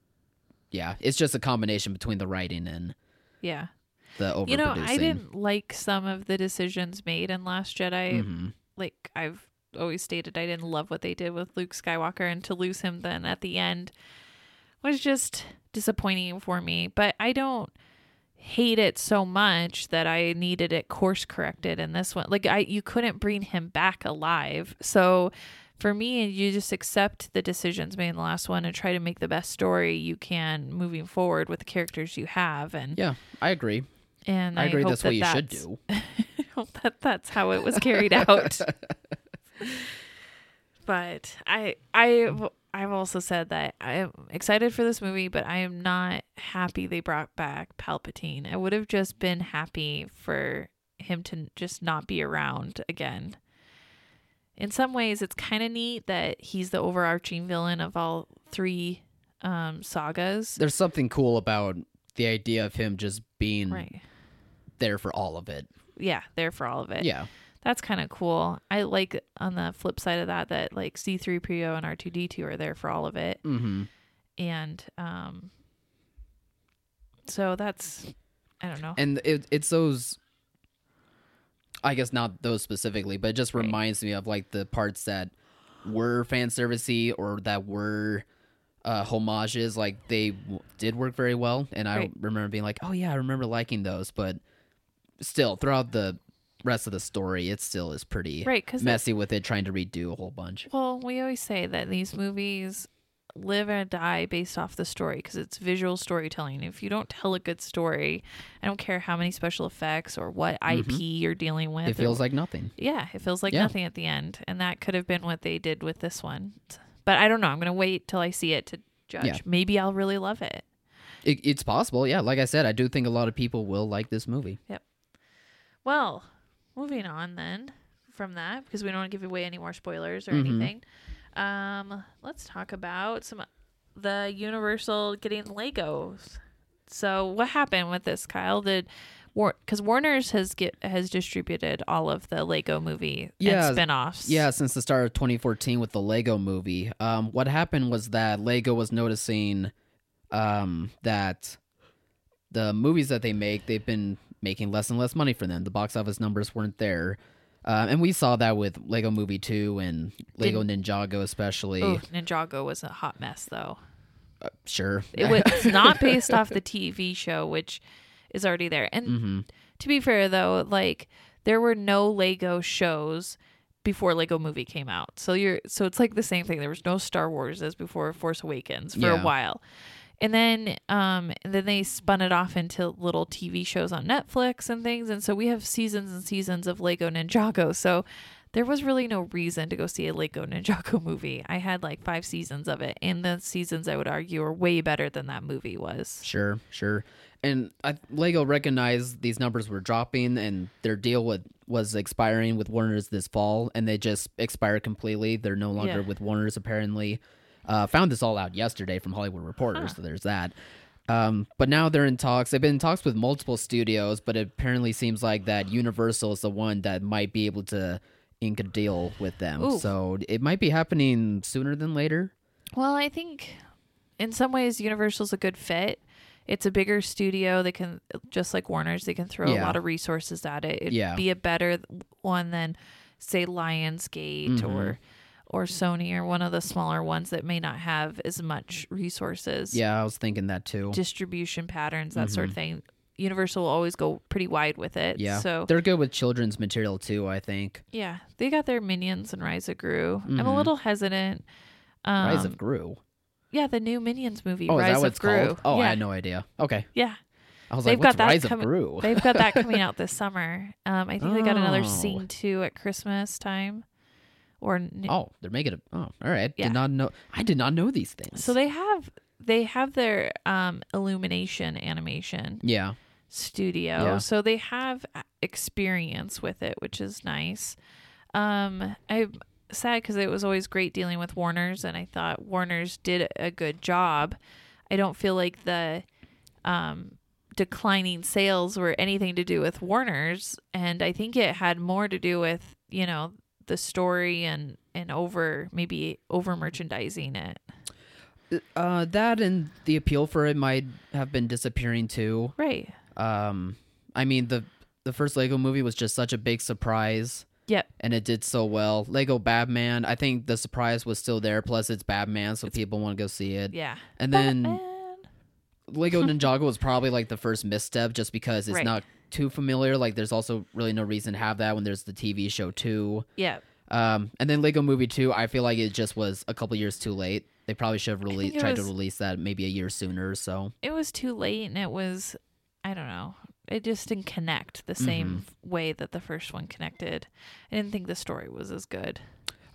[SPEAKER 3] yeah, it's just a combination between the writing and
[SPEAKER 2] yeah.
[SPEAKER 3] the overproducing.
[SPEAKER 2] You know, I didn't like some of the decisions made in Last Jedi.
[SPEAKER 3] Mhm.
[SPEAKER 2] Like I've always stated, I didn't love what they did with Luke Skywalker, and to lose him then at the end was just disappointing for me. But I don't hate it so much that I needed it course corrected in this one. Like I, you couldn't bring him back alive, so. For me, you just accept the decisions made in the last one and try to make the best story you can moving forward with the characters you have. And
[SPEAKER 3] Yeah, I agree.
[SPEAKER 2] and
[SPEAKER 3] I
[SPEAKER 2] I,
[SPEAKER 3] agree.
[SPEAKER 2] hope
[SPEAKER 3] That's
[SPEAKER 2] that
[SPEAKER 3] what you
[SPEAKER 2] that's,
[SPEAKER 3] should do.
[SPEAKER 2] I hope that that's how it was carried out. but I I I've also said that I'm excited for this movie, but I am not happy they brought back Palpatine. I would have just been happy for him to just not be around again. In some ways, it's kind of neat that he's the overarching villain of all three um, sagas.
[SPEAKER 3] There's something cool about the idea of him just being
[SPEAKER 2] Right.
[SPEAKER 3] there for all of it.
[SPEAKER 2] Yeah, there for all of it.
[SPEAKER 3] Yeah.
[SPEAKER 2] That's kind of cool. I like on the flip side of that that like C3PO and R2D2 are there for all of it.
[SPEAKER 3] Mm-hmm.
[SPEAKER 2] And um so that's I don't know.
[SPEAKER 3] And it, it's those. I guess not those specifically, but it just
[SPEAKER 2] Right.
[SPEAKER 3] reminds me of like the parts that were fan servicey or that were uh, homages. Like they w- did work very well, and I
[SPEAKER 2] Right.
[SPEAKER 3] remember being like, "Oh yeah, I remember liking those." But still, throughout the rest of the story, it still is pretty
[SPEAKER 2] Right, 'cause it-
[SPEAKER 3] messy with it trying to redo a whole bunch.
[SPEAKER 2] well, we always say that these movies live and die based off the story because it's visual storytelling. If you don't tell a good story, I don't care how many special effects or what IP you're dealing with.
[SPEAKER 3] Mm-hmm. It
[SPEAKER 2] or
[SPEAKER 3] feels like nothing.
[SPEAKER 2] yeah, it feels like
[SPEAKER 3] Yeah.
[SPEAKER 2] nothing at the end, and that could have been what they did with this one. But I don't know. I'm gonna wait till I see it to judge.
[SPEAKER 3] Yeah.
[SPEAKER 2] Maybe I'll really love it.
[SPEAKER 3] It, it's possible, yeah. Like I said, I do think a lot of people will like this movie.
[SPEAKER 2] Well, moving on then from that because we don't want to give away any more spoilers or
[SPEAKER 3] Mhm.
[SPEAKER 2] anything. Um, let's talk about some the Universal getting Legos. So what happened with this, Kyle? Did War because Warner's has get has distributed all of the Lego movie
[SPEAKER 3] Yeah,
[SPEAKER 2] and spin-offs.
[SPEAKER 3] Yeah, since the start of 2014 with the Lego movie, um, what happened was that Lego was noticing um, that the movies that they make, they've been making less and less money for them. The box office numbers weren't there. Uh, and we saw that with Lego Movie 2 and Lego Ninjago, especially.
[SPEAKER 2] Ooh, Ninjago was a hot mess though.
[SPEAKER 3] Sure.
[SPEAKER 2] It was it's not based off the TV show, which is already there. And
[SPEAKER 3] Mhm.
[SPEAKER 2] to be fair, though, like there were no Lego shows before Lego Movie came out, so you're so it's like the same thing. There was no Star Wars as before Force Awakens for
[SPEAKER 3] Yeah.
[SPEAKER 2] a while, and then um and then they spun it off into little TV shows on Netflix and things, and so we have seasons and seasons of Lego Ninjago. So. There was really no reason to go see a Lego Ninjago movie. I had like five seasons of it, and the seasons I would argue are way better than that movie was.
[SPEAKER 3] Sure, sure. And I, Lego recognized these numbers were dropping, and their deal with was expiring with Warner's this fall, and they just expired completely. They're no longer
[SPEAKER 2] Yeah.
[SPEAKER 3] with Warner's apparently. Uh, found this all out yesterday from Hollywood Reporter, so there's that. Um, but now they're in talks. They've been in talks with multiple studios, but it apparently seems like that Universal is the one that might be able to ink a deal with them.
[SPEAKER 2] Ooh.
[SPEAKER 3] So it might be happening sooner than later.
[SPEAKER 2] Well, I think in some ways Universal's a good fit. It's a bigger studio. They can just like Warner's, they can throw a
[SPEAKER 3] Yeah.
[SPEAKER 2] lot of resources at it. It'd
[SPEAKER 3] Yeah.
[SPEAKER 2] be a better one than say Lionsgate
[SPEAKER 3] Mm-hmm.
[SPEAKER 2] or or Sony or one of the smaller ones that may not have as much resources,
[SPEAKER 3] Yeah, I was thinking that too.
[SPEAKER 2] distribution patterns, that sort of thing. Universal will always go pretty wide with it.
[SPEAKER 3] Yeah,
[SPEAKER 2] So
[SPEAKER 3] they're good with children's material too. I think.
[SPEAKER 2] yeah, they got their minions and Rise of Gru. I'm a little hesitant. Um,
[SPEAKER 3] Mm-hmm. Rise of Gru.
[SPEAKER 2] yeah, the new Minions movie.
[SPEAKER 3] Oh,
[SPEAKER 2] Rise
[SPEAKER 3] is that
[SPEAKER 2] of
[SPEAKER 3] what it's
[SPEAKER 2] Gru.
[SPEAKER 3] called? Oh,
[SPEAKER 2] yeah.
[SPEAKER 3] I had no idea. Okay,
[SPEAKER 2] Yeah,
[SPEAKER 3] I was
[SPEAKER 2] They've
[SPEAKER 3] like, what's
[SPEAKER 2] got that
[SPEAKER 3] Rise of
[SPEAKER 2] coming-
[SPEAKER 3] Gru?
[SPEAKER 2] they've got that coming out this summer. Um, I think they got another
[SPEAKER 3] Oh.
[SPEAKER 2] scene too at Christmas time, or n-
[SPEAKER 3] oh, they're making it. Oh, all right.
[SPEAKER 2] Yeah.
[SPEAKER 3] Did not know. I did not know these things.
[SPEAKER 2] so they have they have their um illumination animation
[SPEAKER 3] Yeah.
[SPEAKER 2] studio,
[SPEAKER 3] Yeah.
[SPEAKER 2] so they have a- experience with it, which is nice. Um, I'm sad because it was always great dealing with Warner's, and I thought Warner's did a good job. I don't feel like the um, declining sales were anything to do with Warner's, and I think it had more to do with you know the story and and over maybe over merchandising it.
[SPEAKER 3] Uh, that and the appeal for it might have been disappearing too.
[SPEAKER 2] Right.
[SPEAKER 3] Um, I mean the the first Lego movie was just such a big surprise.
[SPEAKER 2] Yep.
[SPEAKER 3] And it did so well. Lego Batman. I think the surprise was still there. Plus, it's Batman, so people want to go see it.
[SPEAKER 2] Yeah.
[SPEAKER 3] And then
[SPEAKER 2] Batman.
[SPEAKER 3] Lego Ninjago was probably like the first misstep just because it's
[SPEAKER 2] Right.
[SPEAKER 3] not too familiar. Like there's also really no reason to have that when there's the TV show too.
[SPEAKER 2] yeah.
[SPEAKER 3] Um, and then Lego Movie 2, I feel like it just was a couple years too late. They probably should have
[SPEAKER 2] think
[SPEAKER 3] released
[SPEAKER 2] it
[SPEAKER 3] tried to
[SPEAKER 2] was-
[SPEAKER 3] release that maybe a year sooner or so.
[SPEAKER 2] it was too late and it was i don't know it just didn't connect
[SPEAKER 3] Mm-hmm.
[SPEAKER 2] the same way that the first one connected i didn't think the story was as good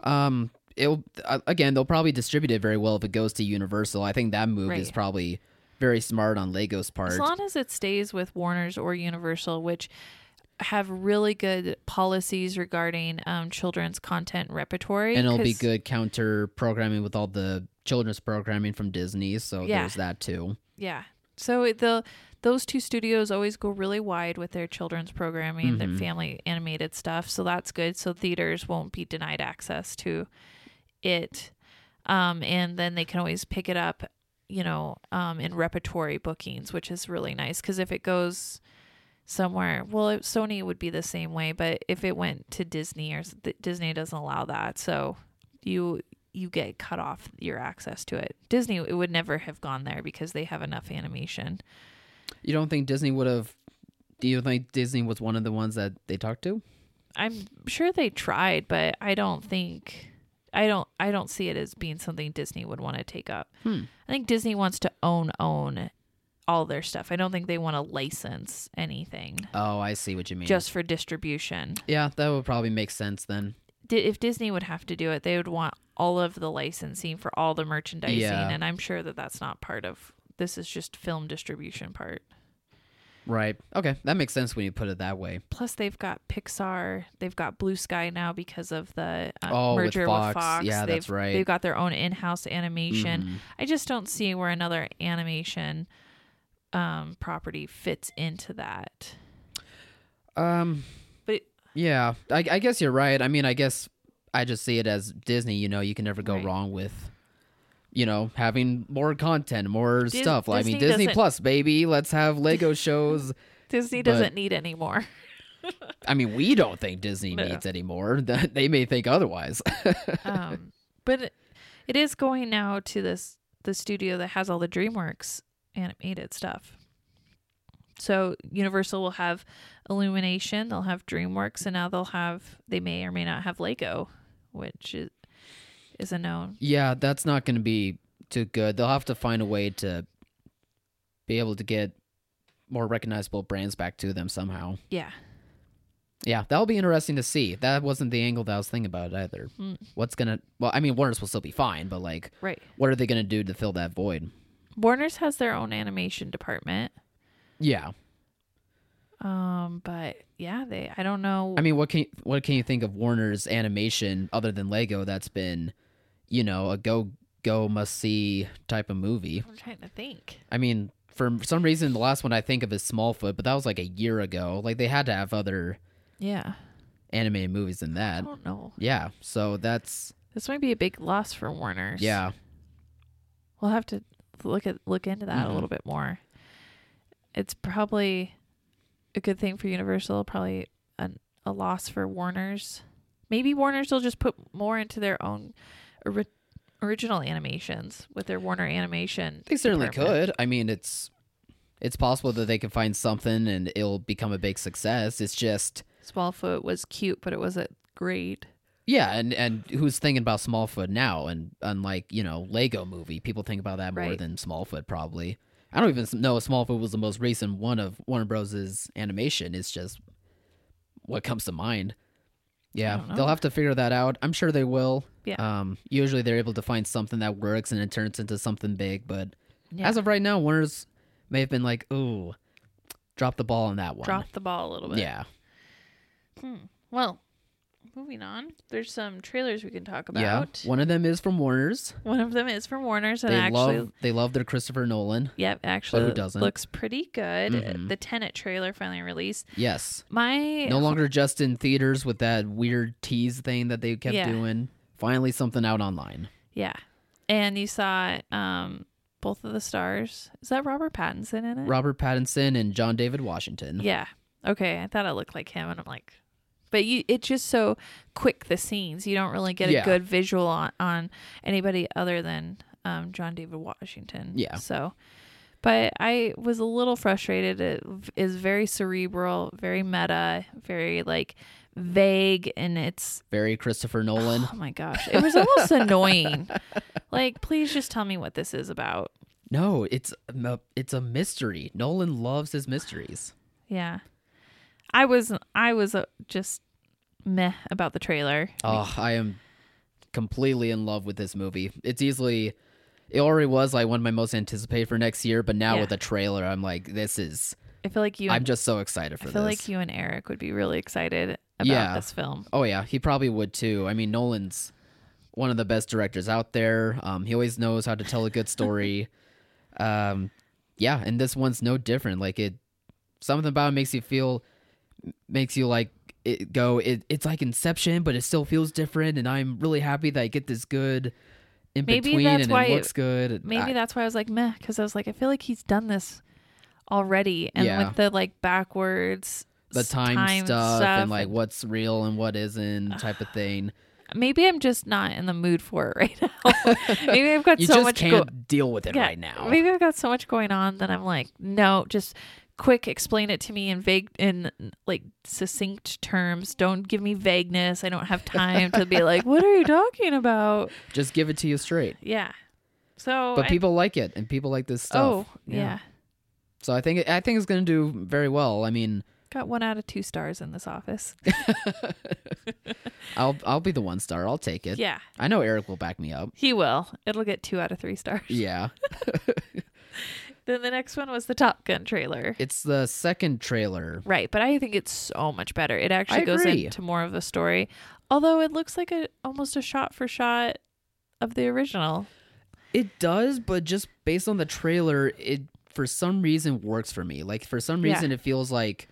[SPEAKER 3] Um, it'll uh, again they'll probably distribute it very well if it goes to Universal. I think that move is
[SPEAKER 2] Right.
[SPEAKER 3] probably very smart on Lego's part.
[SPEAKER 2] as long as it stays with warner's or universal which have really good policies regarding um, children's content repertory
[SPEAKER 3] and it'll be
[SPEAKER 2] 'cause-
[SPEAKER 3] good counter programming with all the children's programming from Disney, so
[SPEAKER 2] Yeah.
[SPEAKER 3] there's that too.
[SPEAKER 2] Yeah. So it- the those two studios always go really wide with their children's programming, their family animated stuff. So that's good. So theaters won't be denied access to it, um, and then they can always pick it up, you know, um, in repertory bookings, which is really nice because if it goes somewhere, well, it, Sony would be the same way, but if it went to Disney or s- th- Disney doesn't allow that, so you you get cut off your access to it. Disney it would never have gone there because they have enough animation.
[SPEAKER 3] You don't think Disney would have? Do you think Disney was one of the ones that they talked to?
[SPEAKER 2] I'm sure they tried, but I don't think I don't I don't see it as being something Disney would want to take up.
[SPEAKER 3] Hmm.
[SPEAKER 2] I think Disney wants to own own all their stuff. I don't think they want to license anything
[SPEAKER 3] Oh, I see what you mean.
[SPEAKER 2] just for distribution.
[SPEAKER 3] yeah, that would probably make sense then.
[SPEAKER 2] Di- if Disney would have to do it, they would want all of the licensing for all the merchandising,
[SPEAKER 3] Yeah.
[SPEAKER 2] and I'm sure that that's not part of. This is just film distribution part.
[SPEAKER 3] Right. Okay, that makes sense when you put it that way.
[SPEAKER 2] plus they've got Pixar, they've got Blue Sky now because of the uh,
[SPEAKER 3] Oh, with
[SPEAKER 2] merger with
[SPEAKER 3] Fox.
[SPEAKER 2] Fox.
[SPEAKER 3] Yeah,
[SPEAKER 2] they've,
[SPEAKER 3] that's right. Mm-hmm.
[SPEAKER 2] They've got their own in-house animation. I just don't see where another animation um, property fits into that.
[SPEAKER 3] Um.
[SPEAKER 2] But
[SPEAKER 3] Yeah, I, I guess you're right. I mean, I guess I just see it as Disney. You know, you can never go
[SPEAKER 2] Right.
[SPEAKER 3] wrong with, you know, having more content, more
[SPEAKER 2] Dis-
[SPEAKER 3] stuff. Like, I mean,
[SPEAKER 2] Disney
[SPEAKER 3] Disney
[SPEAKER 2] doesn't-
[SPEAKER 3] Plus, baby. Let's have Lego shows.
[SPEAKER 2] Disney
[SPEAKER 3] But-
[SPEAKER 2] doesn't need any more.
[SPEAKER 3] I mean, we don't think Disney
[SPEAKER 2] No.
[SPEAKER 3] needs anymore. That they may think otherwise.
[SPEAKER 2] um, but it- it is going now to this the studio that has all the DreamWorks animated stuff. So Universal will have Illumination, they'll have DreamWorks, and now they'll have they may or may not have Lego, which is is a known.
[SPEAKER 3] yeah, that's not going to be too good. They'll have to find a way to be able to get more recognizable brands back to them somehow.
[SPEAKER 2] Yeah,
[SPEAKER 3] Yeah, that'll be interesting to see. That wasn't the angle that I was thinking about either. What's gonna? Well, I mean, Warner's will still be fine, but like,
[SPEAKER 2] right.
[SPEAKER 3] what are they gonna do to fill that void?
[SPEAKER 2] Warner's has their own animation department.
[SPEAKER 3] Yeah,
[SPEAKER 2] Um, but yeah, they I don't know.
[SPEAKER 3] I mean, what can what can you think of Warner's animation other than Lego that's been, you know, a go go must see type of movie?
[SPEAKER 2] I'm trying to think.
[SPEAKER 3] I mean, for some reason, the last one I think of is Smallfoot, but that was like a year ago. Like they had to have other
[SPEAKER 2] Yeah,
[SPEAKER 3] animated movies than
[SPEAKER 2] I
[SPEAKER 3] that.
[SPEAKER 2] don't know.
[SPEAKER 3] Yeah, so that's
[SPEAKER 2] This might be a big loss for Warner's.
[SPEAKER 3] yeah.
[SPEAKER 2] We'll have to look at look into that
[SPEAKER 3] Mhm.
[SPEAKER 2] a little bit more. It's probably a good thing for Universal, probably an, a loss for Warner's. Maybe Warner's will just put more into their own ori- original animations with their Warner Animation.
[SPEAKER 3] They certainly
[SPEAKER 2] department.
[SPEAKER 3] could. I mean, it's it's possible that they can find something and it'll become a big success. It's just
[SPEAKER 2] Smallfoot was cute, but it wasn't great.
[SPEAKER 3] yeah, and and who's thinking about Smallfoot now? And unlike you know Lego Movie, people think about that more
[SPEAKER 2] Right.
[SPEAKER 3] than Smallfoot probably. I don't even know if Smallfoot was the most recent one of Warner Bros.'s animation. It's just what comes to mind. Yeah,
[SPEAKER 2] don't know.
[SPEAKER 3] they'll have to figure that out. I'm sure they will.
[SPEAKER 2] Yeah.
[SPEAKER 3] Um, usually they're able to find something that works and it turns into something big, but
[SPEAKER 2] Yeah.
[SPEAKER 3] As of right now, Warner's may have been like, ooh, drop the ball on that one.
[SPEAKER 2] Drop the ball a little bit.
[SPEAKER 3] yeah.
[SPEAKER 2] Well, moving on. There's some trailers we can talk
[SPEAKER 3] Yeah.
[SPEAKER 2] about.
[SPEAKER 3] One of them is from Warner's.
[SPEAKER 2] One of them is from Warner's, and
[SPEAKER 3] They
[SPEAKER 2] actually,
[SPEAKER 3] love they love their Christopher Nolan.
[SPEAKER 2] Yep, actually, it
[SPEAKER 3] doesn't?
[SPEAKER 2] looks pretty good.
[SPEAKER 3] Mhm.
[SPEAKER 2] The Tenant trailer finally released.
[SPEAKER 3] Yes.
[SPEAKER 2] My
[SPEAKER 3] No longer just in theaters with that weird tease thing that they kept
[SPEAKER 2] Yeah.
[SPEAKER 3] doing. Finally something out online.
[SPEAKER 2] yeah, and you saw um both of the stars. Is that Robert Pattinson in it?
[SPEAKER 3] Robert Pattinson and John David Washington.
[SPEAKER 2] Mm. yeah. Okay, I thought it looked like him, and I'm like, but you, it's just so quick the scenes. You don't really get
[SPEAKER 3] Yeah.
[SPEAKER 2] a good visual on, on anybody other than um John David Washington.
[SPEAKER 3] Yeah.
[SPEAKER 2] So. But I was a little frustrated. It v- is very cerebral, very meta, very like vague, and it's
[SPEAKER 3] Very Christopher Nolan.
[SPEAKER 2] Oh my gosh. It was almost annoying. Like, please just tell me what this is about.
[SPEAKER 3] no, it's a m- it's a mystery. Nolan loves his mysteries.
[SPEAKER 2] Yeah. I was I was uh, just meh about the trailer.
[SPEAKER 3] Oh, I am completely in love with this movie. It's easily it already was like one of my most anticipated for next year, but now
[SPEAKER 2] Yeah.
[SPEAKER 3] with a trailer, I'm like, this is
[SPEAKER 2] I feel like you
[SPEAKER 3] I'm
[SPEAKER 2] and,
[SPEAKER 3] just so excited for
[SPEAKER 2] I feel
[SPEAKER 3] this.
[SPEAKER 2] like you and Eric would be really excited about
[SPEAKER 3] Yeah.
[SPEAKER 2] this film.
[SPEAKER 3] oh yeah, he probably would too. I mean Nolan's one of the best directors out there. Um, he always knows how to tell a good story. um, yeah, and this one's no different. Like it, something about it makes you feel, makes you like it go. It, it's like Inception, but it still feels different. And I'm really happy that I get this good in
[SPEAKER 2] Maybe
[SPEAKER 3] between,
[SPEAKER 2] that's
[SPEAKER 3] and
[SPEAKER 2] why
[SPEAKER 3] it
[SPEAKER 2] it-
[SPEAKER 3] looks good. and
[SPEAKER 2] Maybe
[SPEAKER 3] I-
[SPEAKER 2] that's why I was like meh, because I was like, I feel like he's done this already, and
[SPEAKER 3] Yeah.
[SPEAKER 2] with the like backwards
[SPEAKER 3] the
[SPEAKER 2] s-
[SPEAKER 3] time, stuff, and like what's real and what isn't type of thing.
[SPEAKER 2] maybe I'm just not in the mood for it right now. maybe I've got
[SPEAKER 3] You
[SPEAKER 2] so
[SPEAKER 3] just
[SPEAKER 2] much go-
[SPEAKER 3] can't deal with it
[SPEAKER 2] Yeah,
[SPEAKER 3] right now.
[SPEAKER 2] Maybe I've got so much going on that I'm like, no, just quick explain it to me in vague in like succinct terms. Don't give me vagueness. I don't have time to be like, what are you talking about?
[SPEAKER 3] Just give it to you straight.
[SPEAKER 2] Yeah. So
[SPEAKER 3] But
[SPEAKER 2] I-
[SPEAKER 3] people like it, and people like this
[SPEAKER 2] Oh,
[SPEAKER 3] stuff.
[SPEAKER 2] yeah.
[SPEAKER 3] So I think I think it's going to do very well. I mean,
[SPEAKER 2] Got one out of two stars in this office.
[SPEAKER 3] I'll I'll be the one star. I'll take it.
[SPEAKER 2] yeah.
[SPEAKER 3] I know Eric will back me up.
[SPEAKER 2] He will. It'll get two out of three stars.
[SPEAKER 3] Yeah.
[SPEAKER 2] Then the next one was the Top Gun trailer.
[SPEAKER 3] It's the second trailer.
[SPEAKER 2] Right, but I think it's so much better. It actually
[SPEAKER 3] I
[SPEAKER 2] goes
[SPEAKER 3] agree.
[SPEAKER 2] into more of the story. Although it looks like a almost a shot for shot of the original.
[SPEAKER 3] It does, but just based on the trailer, it for some reason works for me. Like for some
[SPEAKER 2] Yeah.
[SPEAKER 3] reason it feels like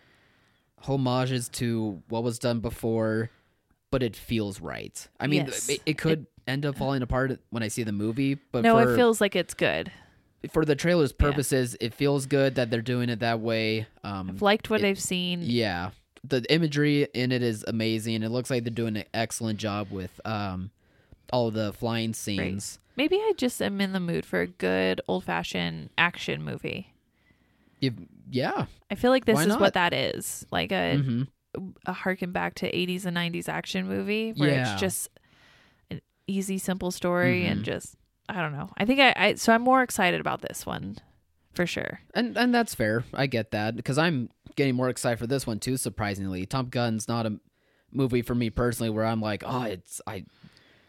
[SPEAKER 3] homages to what was done before, but it feels right. I mean,
[SPEAKER 2] Yes.
[SPEAKER 3] it, it could end up falling apart when I see the movie, but
[SPEAKER 2] no,
[SPEAKER 3] for-
[SPEAKER 2] it feels like it's good.
[SPEAKER 3] for the trailer's
[SPEAKER 2] Yeah.
[SPEAKER 3] purposes, it feels good that they're doing it that way. Um,
[SPEAKER 2] I've liked what I've seen.
[SPEAKER 3] yeah, the imagery in it is amazing. It looks like they're doing an excellent job with um, all the flying scenes.
[SPEAKER 2] Maybe I just am in the mood for a good old fashioned action movie.
[SPEAKER 3] You- yeah,
[SPEAKER 2] I feel like this
[SPEAKER 3] Why
[SPEAKER 2] is
[SPEAKER 3] not?
[SPEAKER 2] what that is. Like a
[SPEAKER 3] hmm
[SPEAKER 2] a harken back to 80s and 90s action movie where
[SPEAKER 3] Yeah.
[SPEAKER 2] it's just an easy simple story
[SPEAKER 3] Mhm.
[SPEAKER 2] and just I don't know. I think I, I so I'm more excited about this one for sure.
[SPEAKER 3] and and that's fair. I get that because I'm getting more excited for this one too. Surprisingly, Top Gun's not a movie for me personally where I'm like, oh, it's I.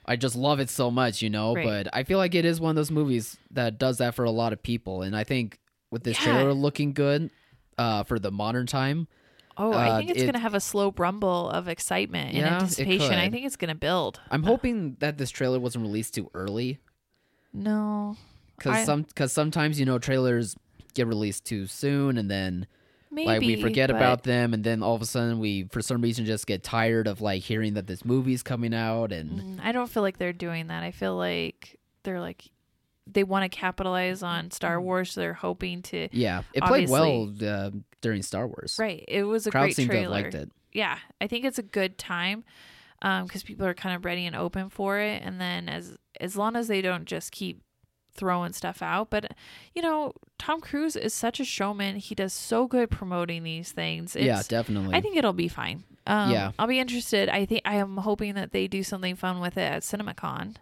[SPEAKER 3] I just love it so much, you know,
[SPEAKER 2] Right.
[SPEAKER 3] but I feel like it is one of those movies that does that for a lot of people. And I think with this
[SPEAKER 2] Yeah.
[SPEAKER 3] trailer looking good uh, for the modern time,
[SPEAKER 2] Oh, I
[SPEAKER 3] Uh,
[SPEAKER 2] think it's
[SPEAKER 3] it-
[SPEAKER 2] going to have a slow rumble of excitement and
[SPEAKER 3] Yeah, it
[SPEAKER 2] anticipation. I
[SPEAKER 3] could.
[SPEAKER 2] think it's going to build.
[SPEAKER 3] I'm hoping that this trailer wasn't released too early
[SPEAKER 2] No, I-
[SPEAKER 3] because some because sometimes you know trailers get released too soon and then
[SPEAKER 2] maybe
[SPEAKER 3] like we forget
[SPEAKER 2] but
[SPEAKER 3] about them and then all of a sudden we for some reason just get tired of like hearing that this movie's coming out and
[SPEAKER 2] Mm, I don't feel like they're doing that. I feel like they're like they want to capitalize on Star
[SPEAKER 3] Mm.
[SPEAKER 2] Wars. So they're hoping to.
[SPEAKER 3] yeah it played well uh, during Star Wars.
[SPEAKER 2] Right. It was a
[SPEAKER 3] Crowd
[SPEAKER 2] great
[SPEAKER 3] seemed
[SPEAKER 2] trailer.
[SPEAKER 3] to have liked it.
[SPEAKER 2] Yeah, I think it's a good time because people are kind of ready and open for it. And then as as long as they don't just keep throwing stuff out, but you know, Tom Cruise is such a showman. He does so good promoting these things. It's,
[SPEAKER 3] yeah, definitely.
[SPEAKER 2] I think it'll be fine. Um,
[SPEAKER 3] Yeah.
[SPEAKER 2] I'll be interested. I think I am hoping that they do something fun with it at CinemaCon.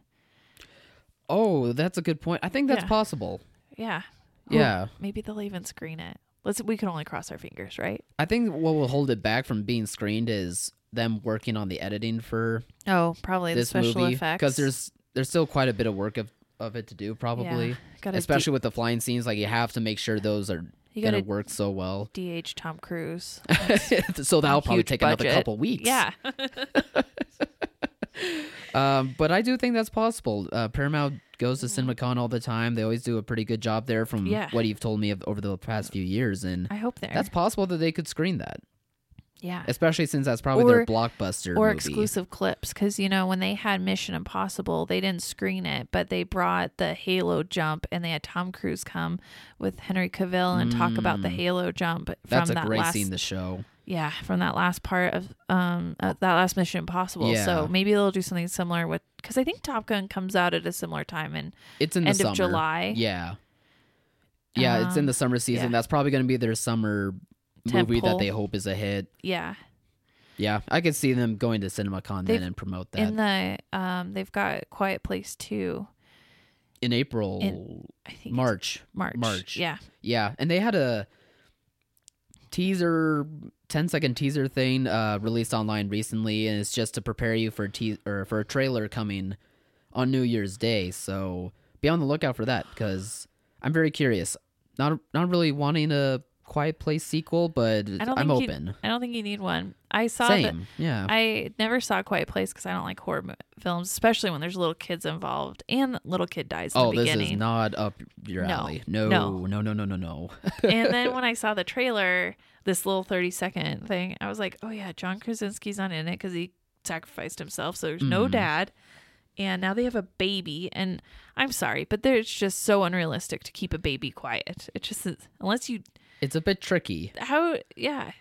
[SPEAKER 3] oh, that's a good point. I think that's
[SPEAKER 2] Yeah.
[SPEAKER 3] possible.
[SPEAKER 2] Yeah.
[SPEAKER 3] Yeah.
[SPEAKER 2] Maybe they'll even screen it. Let's. We can only cross our fingers, right?
[SPEAKER 3] I think what will hold it back from being screened is them working on the editing for
[SPEAKER 2] Oh, probably the
[SPEAKER 3] this
[SPEAKER 2] special
[SPEAKER 3] movie
[SPEAKER 2] effects.
[SPEAKER 3] because there's there's still quite a bit of work of, of it to do probably
[SPEAKER 2] Gotta
[SPEAKER 3] especially with the flying scenes like you have to make sure those are
[SPEAKER 2] You
[SPEAKER 3] gonna
[SPEAKER 2] gotta
[SPEAKER 3] work so well
[SPEAKER 2] DH Tom Cruise.
[SPEAKER 3] so that'll probably
[SPEAKER 2] huge
[SPEAKER 3] take another
[SPEAKER 2] budget.
[SPEAKER 3] couple weeks
[SPEAKER 2] Yeah.
[SPEAKER 3] um, but i do think that's possible uh, paramount goes to cinemacon all the time they always do a pretty good job there from
[SPEAKER 2] Yeah.
[SPEAKER 3] what you've told me of, over the past few years and
[SPEAKER 2] I hope there.
[SPEAKER 3] that's possible that they could screen that
[SPEAKER 2] yeah.
[SPEAKER 3] especially since that's probably
[SPEAKER 2] Or-
[SPEAKER 3] their blockbuster
[SPEAKER 2] Or
[SPEAKER 3] movie.
[SPEAKER 2] exclusive clips, because you know when they had Mission Impossible, they didn't screen it, but they brought the Halo jump, and they had Tom Cruise come with Henry Cavill and talk about the Halo jump from
[SPEAKER 3] Mm. that's a
[SPEAKER 2] that
[SPEAKER 3] great
[SPEAKER 2] last
[SPEAKER 3] scene to show
[SPEAKER 2] yeah from that last part of um uh, that last mission impossible
[SPEAKER 3] Yeah.
[SPEAKER 2] so maybe they'll do something similar with because i think top gun comes out at a similar time and
[SPEAKER 3] It's in the
[SPEAKER 2] end of
[SPEAKER 3] summer.
[SPEAKER 2] July. Um,
[SPEAKER 3] Yeah. Yeah, it's in the summer season.
[SPEAKER 2] yeah.
[SPEAKER 3] That's probably going to be their summer movie that
[SPEAKER 2] Tentpole.
[SPEAKER 3] they hope is a hit.
[SPEAKER 2] yeah
[SPEAKER 3] Yeah, I could see them going to CinemaCon
[SPEAKER 2] They've-
[SPEAKER 3] then and promote that
[SPEAKER 2] in
[SPEAKER 3] in,
[SPEAKER 2] the um they've got quiet place too
[SPEAKER 3] April,
[SPEAKER 2] i think it's
[SPEAKER 3] March.
[SPEAKER 2] march
[SPEAKER 3] March.
[SPEAKER 2] yeah
[SPEAKER 3] Yeah, and they had a teaser 10 second teaser thing uh released online recently and it's just to prepare you for a te- or for a trailer coming on New Year's Day. So be on the lookout for that because I'm very curious. Not not really wanting a Quiet Place sequel, but
[SPEAKER 2] I don't.
[SPEAKER 3] I'm
[SPEAKER 2] think you-
[SPEAKER 3] open.
[SPEAKER 2] I don't think you need one. I saw that.
[SPEAKER 3] Same. Yeah.
[SPEAKER 2] I never saw Quiet Place because I don't like horror mo- films, especially when there's little kids involved and the little kid dies in
[SPEAKER 3] oh,
[SPEAKER 2] the
[SPEAKER 3] this
[SPEAKER 2] beginning.
[SPEAKER 3] is not up your
[SPEAKER 2] No.
[SPEAKER 3] alley. No,
[SPEAKER 2] No.
[SPEAKER 3] no, no, no, no, no.
[SPEAKER 2] and then when I saw the trailer, this little 30 second thing, I was like, oh yeah, John Krasinski's not in it because he sacrificed himself. So there's
[SPEAKER 3] Mm-hmm.
[SPEAKER 2] no dad. And now they have a baby. And I'm sorry, but there- it's just so unrealistic to keep a baby quiet. It just, is- unless you,
[SPEAKER 3] It's a bit tricky.
[SPEAKER 2] how, yeah.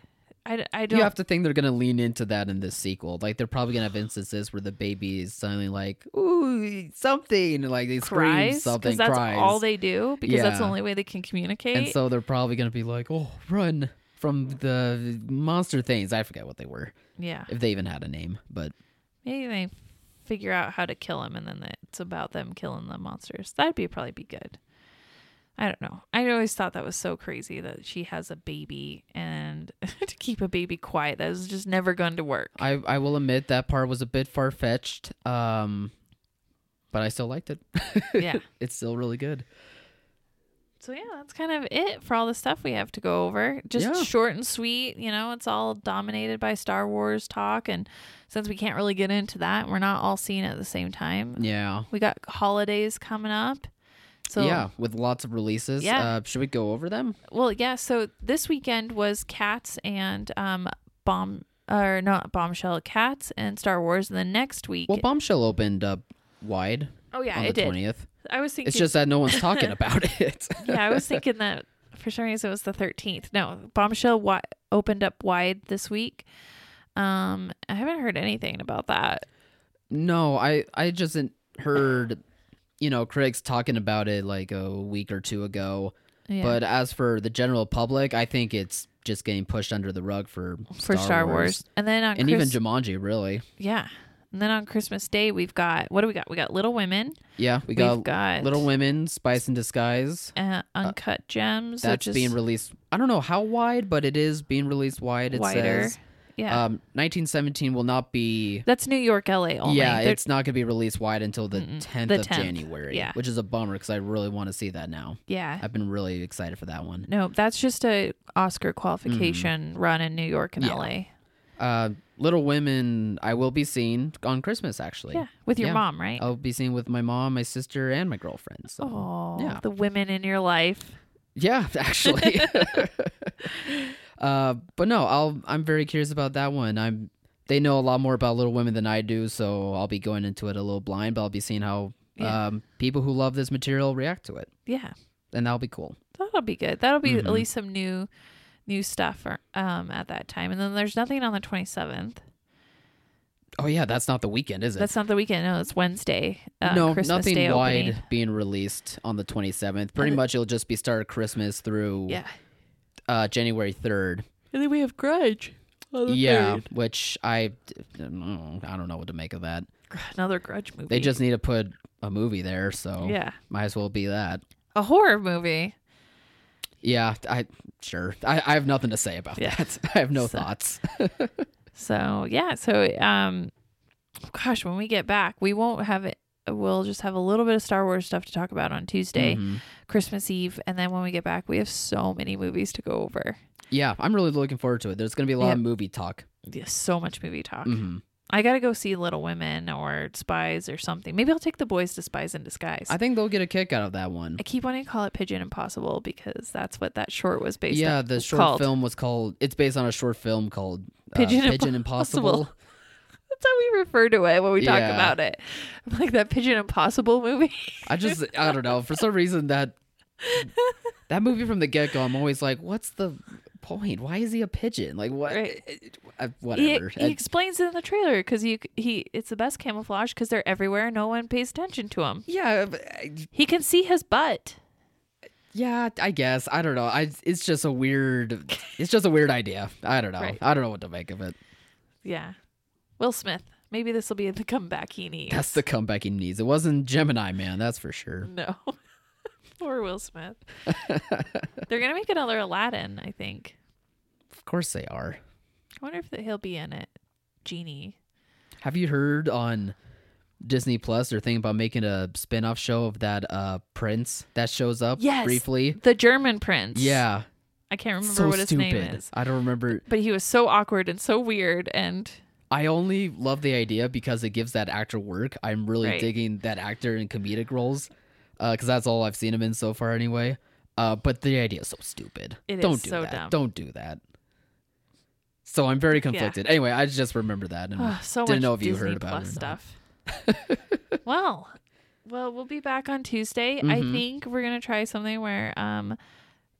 [SPEAKER 2] I, I don't.
[SPEAKER 3] You have to think they're gonna lean into that in this sequel. Like they're probably gonna have instances where the baby is suddenly like, "Ooh, something!" Like they scream
[SPEAKER 2] cries
[SPEAKER 3] something,
[SPEAKER 2] because that's
[SPEAKER 3] cries.
[SPEAKER 2] all they do because that's the
[SPEAKER 3] Yeah.
[SPEAKER 2] only way they can communicate.
[SPEAKER 3] and so they're probably gonna be like, "Oh, run from the monster things." I forget what they were,
[SPEAKER 2] yeah,
[SPEAKER 3] if they even had a name. But
[SPEAKER 2] maybe they figure out how to kill him, and then it's about them killing the monsters. That'd be probably be good. I don't know. I always thought that was so crazy that she has a baby and to keep a baby quiet. That was just never going to work.
[SPEAKER 3] I, I will admit that part was a bit far fetched, um, but I still liked it.
[SPEAKER 2] Yeah.
[SPEAKER 3] it's still really good.
[SPEAKER 2] So yeah, that's kind of it for all the stuff we have to go over. Just
[SPEAKER 3] Yeah.
[SPEAKER 2] short and sweet, you know, it's all dominated by Star Wars talk and since we can't really get into that, we're not all seeing it at the same time.
[SPEAKER 3] Yeah.
[SPEAKER 2] We got holidays coming up. So
[SPEAKER 3] yeah, with lots of releases.
[SPEAKER 2] Yeah.
[SPEAKER 3] Uh, should we go over them?
[SPEAKER 2] well, yeah, so this weekend was Cats and um Bomb or not Bombshell Cats and Star Wars and the next week
[SPEAKER 3] Well, Bombshell opened up wide
[SPEAKER 2] Oh yeah,
[SPEAKER 3] on
[SPEAKER 2] it
[SPEAKER 3] the
[SPEAKER 2] did.
[SPEAKER 3] 20th.
[SPEAKER 2] I was thinking
[SPEAKER 3] It's just that no one's talking about it.
[SPEAKER 2] yeah, I was thinking that for some reason it was the 13th. No, Bombshell wi- opened up wide this week. Um, I haven't heard anything about that.
[SPEAKER 3] no, I, I just in- heard, you know, critics talking about it like a week or two ago.
[SPEAKER 2] Yeah.
[SPEAKER 3] But as for the general public, I think it's just getting pushed under the rug for,
[SPEAKER 2] for Star, Wars. and then on
[SPEAKER 3] And
[SPEAKER 2] Chris-
[SPEAKER 3] even Jumanji, really.
[SPEAKER 2] yeah, and then on Christmas Day we've got what do we got? We got Little Women,
[SPEAKER 3] Yeah, we
[SPEAKER 2] we
[SPEAKER 3] got,
[SPEAKER 2] have got
[SPEAKER 3] Little Women, Spice in Disguise.
[SPEAKER 2] uh, Uncut Gems,
[SPEAKER 3] That's
[SPEAKER 2] which is
[SPEAKER 3] being released. I don't know how wide, but it is being released wide. It
[SPEAKER 2] wider.
[SPEAKER 3] says
[SPEAKER 2] yeah,
[SPEAKER 3] um, 1917 will not be.
[SPEAKER 2] that's New York, LA only.
[SPEAKER 3] yeah,
[SPEAKER 2] They're-
[SPEAKER 3] it's not going to be released wide until the 10th
[SPEAKER 2] the
[SPEAKER 3] of
[SPEAKER 2] 10th,
[SPEAKER 3] January,
[SPEAKER 2] yeah.
[SPEAKER 3] which is a bummer because I really want to see that now.
[SPEAKER 2] yeah.
[SPEAKER 3] I've been really excited for that one.
[SPEAKER 2] no, that's just a Oscar qualification run in New York and
[SPEAKER 3] Mm-hmm. Yeah.
[SPEAKER 2] LA.
[SPEAKER 3] Uh, Little Women, I will be seeing on Christmas actually.
[SPEAKER 2] Yeah, with your
[SPEAKER 3] Yeah.
[SPEAKER 2] mom, right?
[SPEAKER 3] I'll be seeing with my mom, my sister, and my girlfriend. So
[SPEAKER 2] Oh,
[SPEAKER 3] yeah.
[SPEAKER 2] the women in your life.
[SPEAKER 3] Yeah, actually. uh, but no, I'll I'm very curious about that one. I'm they know a lot more about Little Women than I do, so I'll be going into it a little blind, but I'll be seeing how
[SPEAKER 2] Yeah.
[SPEAKER 3] um, people who love this material react to it,
[SPEAKER 2] Yeah,
[SPEAKER 3] and that'll be cool.
[SPEAKER 2] that'll be good. That'll be at
[SPEAKER 3] Mhm.
[SPEAKER 2] least some new, new stuff or, um, at that time. And then there's nothing on the 27th.
[SPEAKER 3] Oh yeah, that's not the weekend, is it?
[SPEAKER 2] That's not the weekend. No, it's Wednesday. Uh,
[SPEAKER 3] no,
[SPEAKER 2] Christmas
[SPEAKER 3] nothing
[SPEAKER 2] Day
[SPEAKER 3] wide
[SPEAKER 2] opening.
[SPEAKER 3] being released on the 27th. Pretty
[SPEAKER 2] Uh,
[SPEAKER 3] much, it'll just be start of Christmas through
[SPEAKER 2] Yeah.
[SPEAKER 3] uh, January 3rd.
[SPEAKER 2] And then we have Grudge. on the
[SPEAKER 3] Yeah,
[SPEAKER 2] third.
[SPEAKER 3] which I, I don't know what to make of that.
[SPEAKER 2] Another Grudge movie.
[SPEAKER 3] They just need to put a movie there, so
[SPEAKER 2] Yeah.
[SPEAKER 3] might as well be that.
[SPEAKER 2] A horror movie.
[SPEAKER 3] Yeah, I sure. I, I have nothing to say about
[SPEAKER 2] Yeah.
[SPEAKER 3] that. I have no
[SPEAKER 2] So-
[SPEAKER 3] thoughts.
[SPEAKER 2] So, yeah. So, um, gosh, when we get back, we won't have it. We'll just have a little bit of Star Wars stuff to talk about on Tuesday,
[SPEAKER 3] Mhm.
[SPEAKER 2] Christmas Eve. And then when we get back, we have so many movies to go over.
[SPEAKER 3] Yeah, I'm really looking forward to it. There's going to be a lot of
[SPEAKER 2] Yeah.
[SPEAKER 3] movie talk.
[SPEAKER 2] Yeah, so much movie talk.
[SPEAKER 3] hmm
[SPEAKER 2] I gotta go see Little Women or Spies or something. Maybe I'll take the boys to Spies in Disguise. I,
[SPEAKER 3] I think they'll get a kick out of that one.
[SPEAKER 2] keep wanting to call it Pigeon Impossible because that's what that short was based on.
[SPEAKER 3] Yeah, the short
[SPEAKER 2] called.
[SPEAKER 3] film was called. It's based on a short film called uh,
[SPEAKER 2] Pigeon
[SPEAKER 3] Pigeon,
[SPEAKER 2] Impossible.
[SPEAKER 3] Impossible.
[SPEAKER 2] That's how we refer to it when we talk
[SPEAKER 3] Yeah.
[SPEAKER 2] about it. I'm like that Pigeon Impossible movie.
[SPEAKER 3] I just, I don't know. For some reason, that that movie from the get go, I'm always like, what's the point? Why is he a pigeon? Like what?
[SPEAKER 2] Right.
[SPEAKER 3] it- uh,
[SPEAKER 2] he,
[SPEAKER 3] whatever.
[SPEAKER 2] he explains it in the trailer because he he it's the best camouflage because they're everywhere. No one pays attention to him.
[SPEAKER 3] yeah, but I-
[SPEAKER 2] He can see his butt.
[SPEAKER 3] Yeah, I guess. I don't know. I it's just a weird it's just a weird idea. I don't know.
[SPEAKER 2] Right.
[SPEAKER 3] I don't know what to make of it.
[SPEAKER 2] Yeah, Will Smith. Maybe this will be the comeback he needs.
[SPEAKER 3] That's the comeback he needs. It wasn't Gemini Man, that's for sure.
[SPEAKER 2] No. Poor Will Smith. They're going to make another Aladdin, I think.
[SPEAKER 3] Of course they are.
[SPEAKER 2] I wonder if he'll be in it. Genie.
[SPEAKER 3] Have you heard on Disney Plus they're thinking about making a spin-off show of that uh prince that shows up
[SPEAKER 2] Yes.
[SPEAKER 3] briefly?
[SPEAKER 2] The German prince.
[SPEAKER 3] Yeah.
[SPEAKER 2] I can't remember
[SPEAKER 3] so
[SPEAKER 2] what his
[SPEAKER 3] stupid.
[SPEAKER 2] name is.
[SPEAKER 3] I don't remember.
[SPEAKER 2] But he was so awkward and so weird and
[SPEAKER 3] I only love the idea because it gives that actor work. I'm really
[SPEAKER 2] Right.
[SPEAKER 3] digging that actor in comedic roles because that's all I've seen him in so far, anyway. Uh, but the idea is so stupid.
[SPEAKER 2] It
[SPEAKER 3] don't
[SPEAKER 2] is
[SPEAKER 3] do
[SPEAKER 2] so
[SPEAKER 3] that.
[SPEAKER 2] dumb.
[SPEAKER 3] Don't do that. So I'm very conflicted. Anyway, I just remember that. And
[SPEAKER 2] ugh, so
[SPEAKER 3] Didn't
[SPEAKER 2] much
[SPEAKER 3] know if you
[SPEAKER 2] Disney
[SPEAKER 3] heard about it
[SPEAKER 2] Plus
[SPEAKER 3] or not.
[SPEAKER 2] stuff. well, well, we'll be back on Tuesday. I
[SPEAKER 3] Mhm.
[SPEAKER 2] think we're gonna try something where um,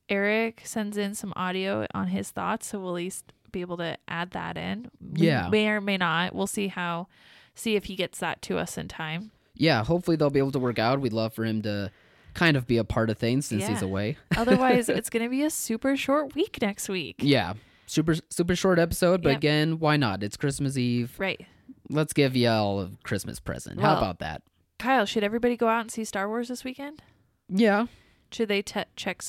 [SPEAKER 2] Eric sends in some audio on his thoughts, so we'll at least be able to add that in. We
[SPEAKER 3] Yeah.
[SPEAKER 2] may or may not. We'll see how, see if he gets that to us in time.
[SPEAKER 3] yeah, hopefully they'll be able to work out. We'd love for him to kind of be a part of things since he's
[SPEAKER 2] Yeah.
[SPEAKER 3] away.
[SPEAKER 2] Otherwise, it's gonna be a super short week next week.
[SPEAKER 3] Yeah. Super super short episode, but
[SPEAKER 2] Yep.
[SPEAKER 3] again, why not? It's Christmas Eve.
[SPEAKER 2] Right.
[SPEAKER 3] Let's give y'all a Christmas present.
[SPEAKER 2] Well-
[SPEAKER 3] How about that?
[SPEAKER 2] Kyle, should everybody go out and see Star Wars this weekend?
[SPEAKER 3] Yeah.
[SPEAKER 2] Should they te- check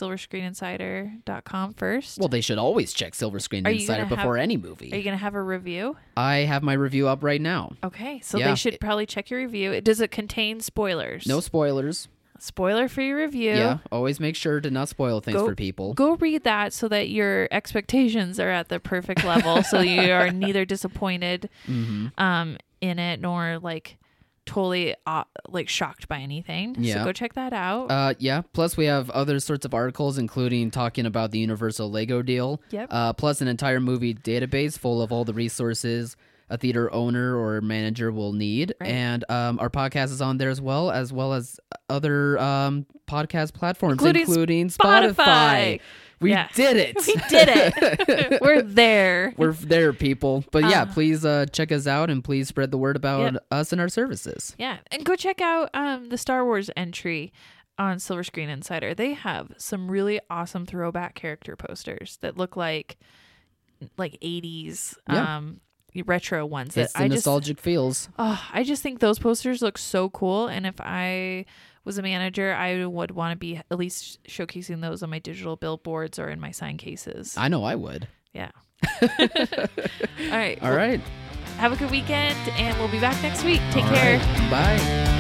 [SPEAKER 2] silverscreeninsider.com first?
[SPEAKER 3] Well, they should always check Silver Screen
[SPEAKER 2] Are you
[SPEAKER 3] Insider
[SPEAKER 2] gonna have-
[SPEAKER 3] before any
[SPEAKER 2] Are you
[SPEAKER 3] movie.
[SPEAKER 2] going to have a review?
[SPEAKER 3] I have my review up right now.
[SPEAKER 2] Okay, so
[SPEAKER 3] Yeah.
[SPEAKER 2] they should probably check your review. It- Does it contain spoilers?
[SPEAKER 3] No spoilers.
[SPEAKER 2] Spoiler for your review.
[SPEAKER 3] Yeah. Always make sure to not spoil things
[SPEAKER 2] Go-
[SPEAKER 3] for people.
[SPEAKER 2] Go read that so that your expectations are at the perfect level, so you are neither disappointed
[SPEAKER 3] Mm-hmm.
[SPEAKER 2] um, in it nor like totally uh, like shocked by anything.
[SPEAKER 3] Yeah.
[SPEAKER 2] So go check that out.
[SPEAKER 3] Uh, yeah. Plus, we have other sorts of articles, including talking about the Universal Lego deal.
[SPEAKER 2] Yep.
[SPEAKER 3] Uh, plus, an entire movie database full of all the resources a theater owner or manager will need.
[SPEAKER 2] Right.
[SPEAKER 3] And um, our podcast is on there as well, as well as other um, podcast platforms,
[SPEAKER 2] Including
[SPEAKER 3] including, Spotify.
[SPEAKER 2] Spotify.
[SPEAKER 3] We
[SPEAKER 2] Yeah.
[SPEAKER 3] did it.
[SPEAKER 2] we did it. We're there.
[SPEAKER 3] We're there, people. But yeah, please uh, check us out and please spread the word about
[SPEAKER 2] Uh-huh. Yep.
[SPEAKER 3] us and our services.
[SPEAKER 2] Yeah, and go check out um, the Star Wars entry on Silver Screen Insider. They have some really awesome throwback character posters that look like like eighties
[SPEAKER 3] Yeah.
[SPEAKER 2] um, retro ones.
[SPEAKER 3] It's
[SPEAKER 2] that
[SPEAKER 3] the
[SPEAKER 2] I just
[SPEAKER 3] nostalgic feels.
[SPEAKER 2] oh, I just think those posters look so cool. And if I was a manager, I would want to be at least showcasing those on my digital billboards or in my sign cases.
[SPEAKER 3] I know I would.
[SPEAKER 2] yeah. All right.
[SPEAKER 3] All right.
[SPEAKER 2] Have a good weekend, and we'll be back next week. Take
[SPEAKER 3] All
[SPEAKER 2] care.
[SPEAKER 3] right. Bye.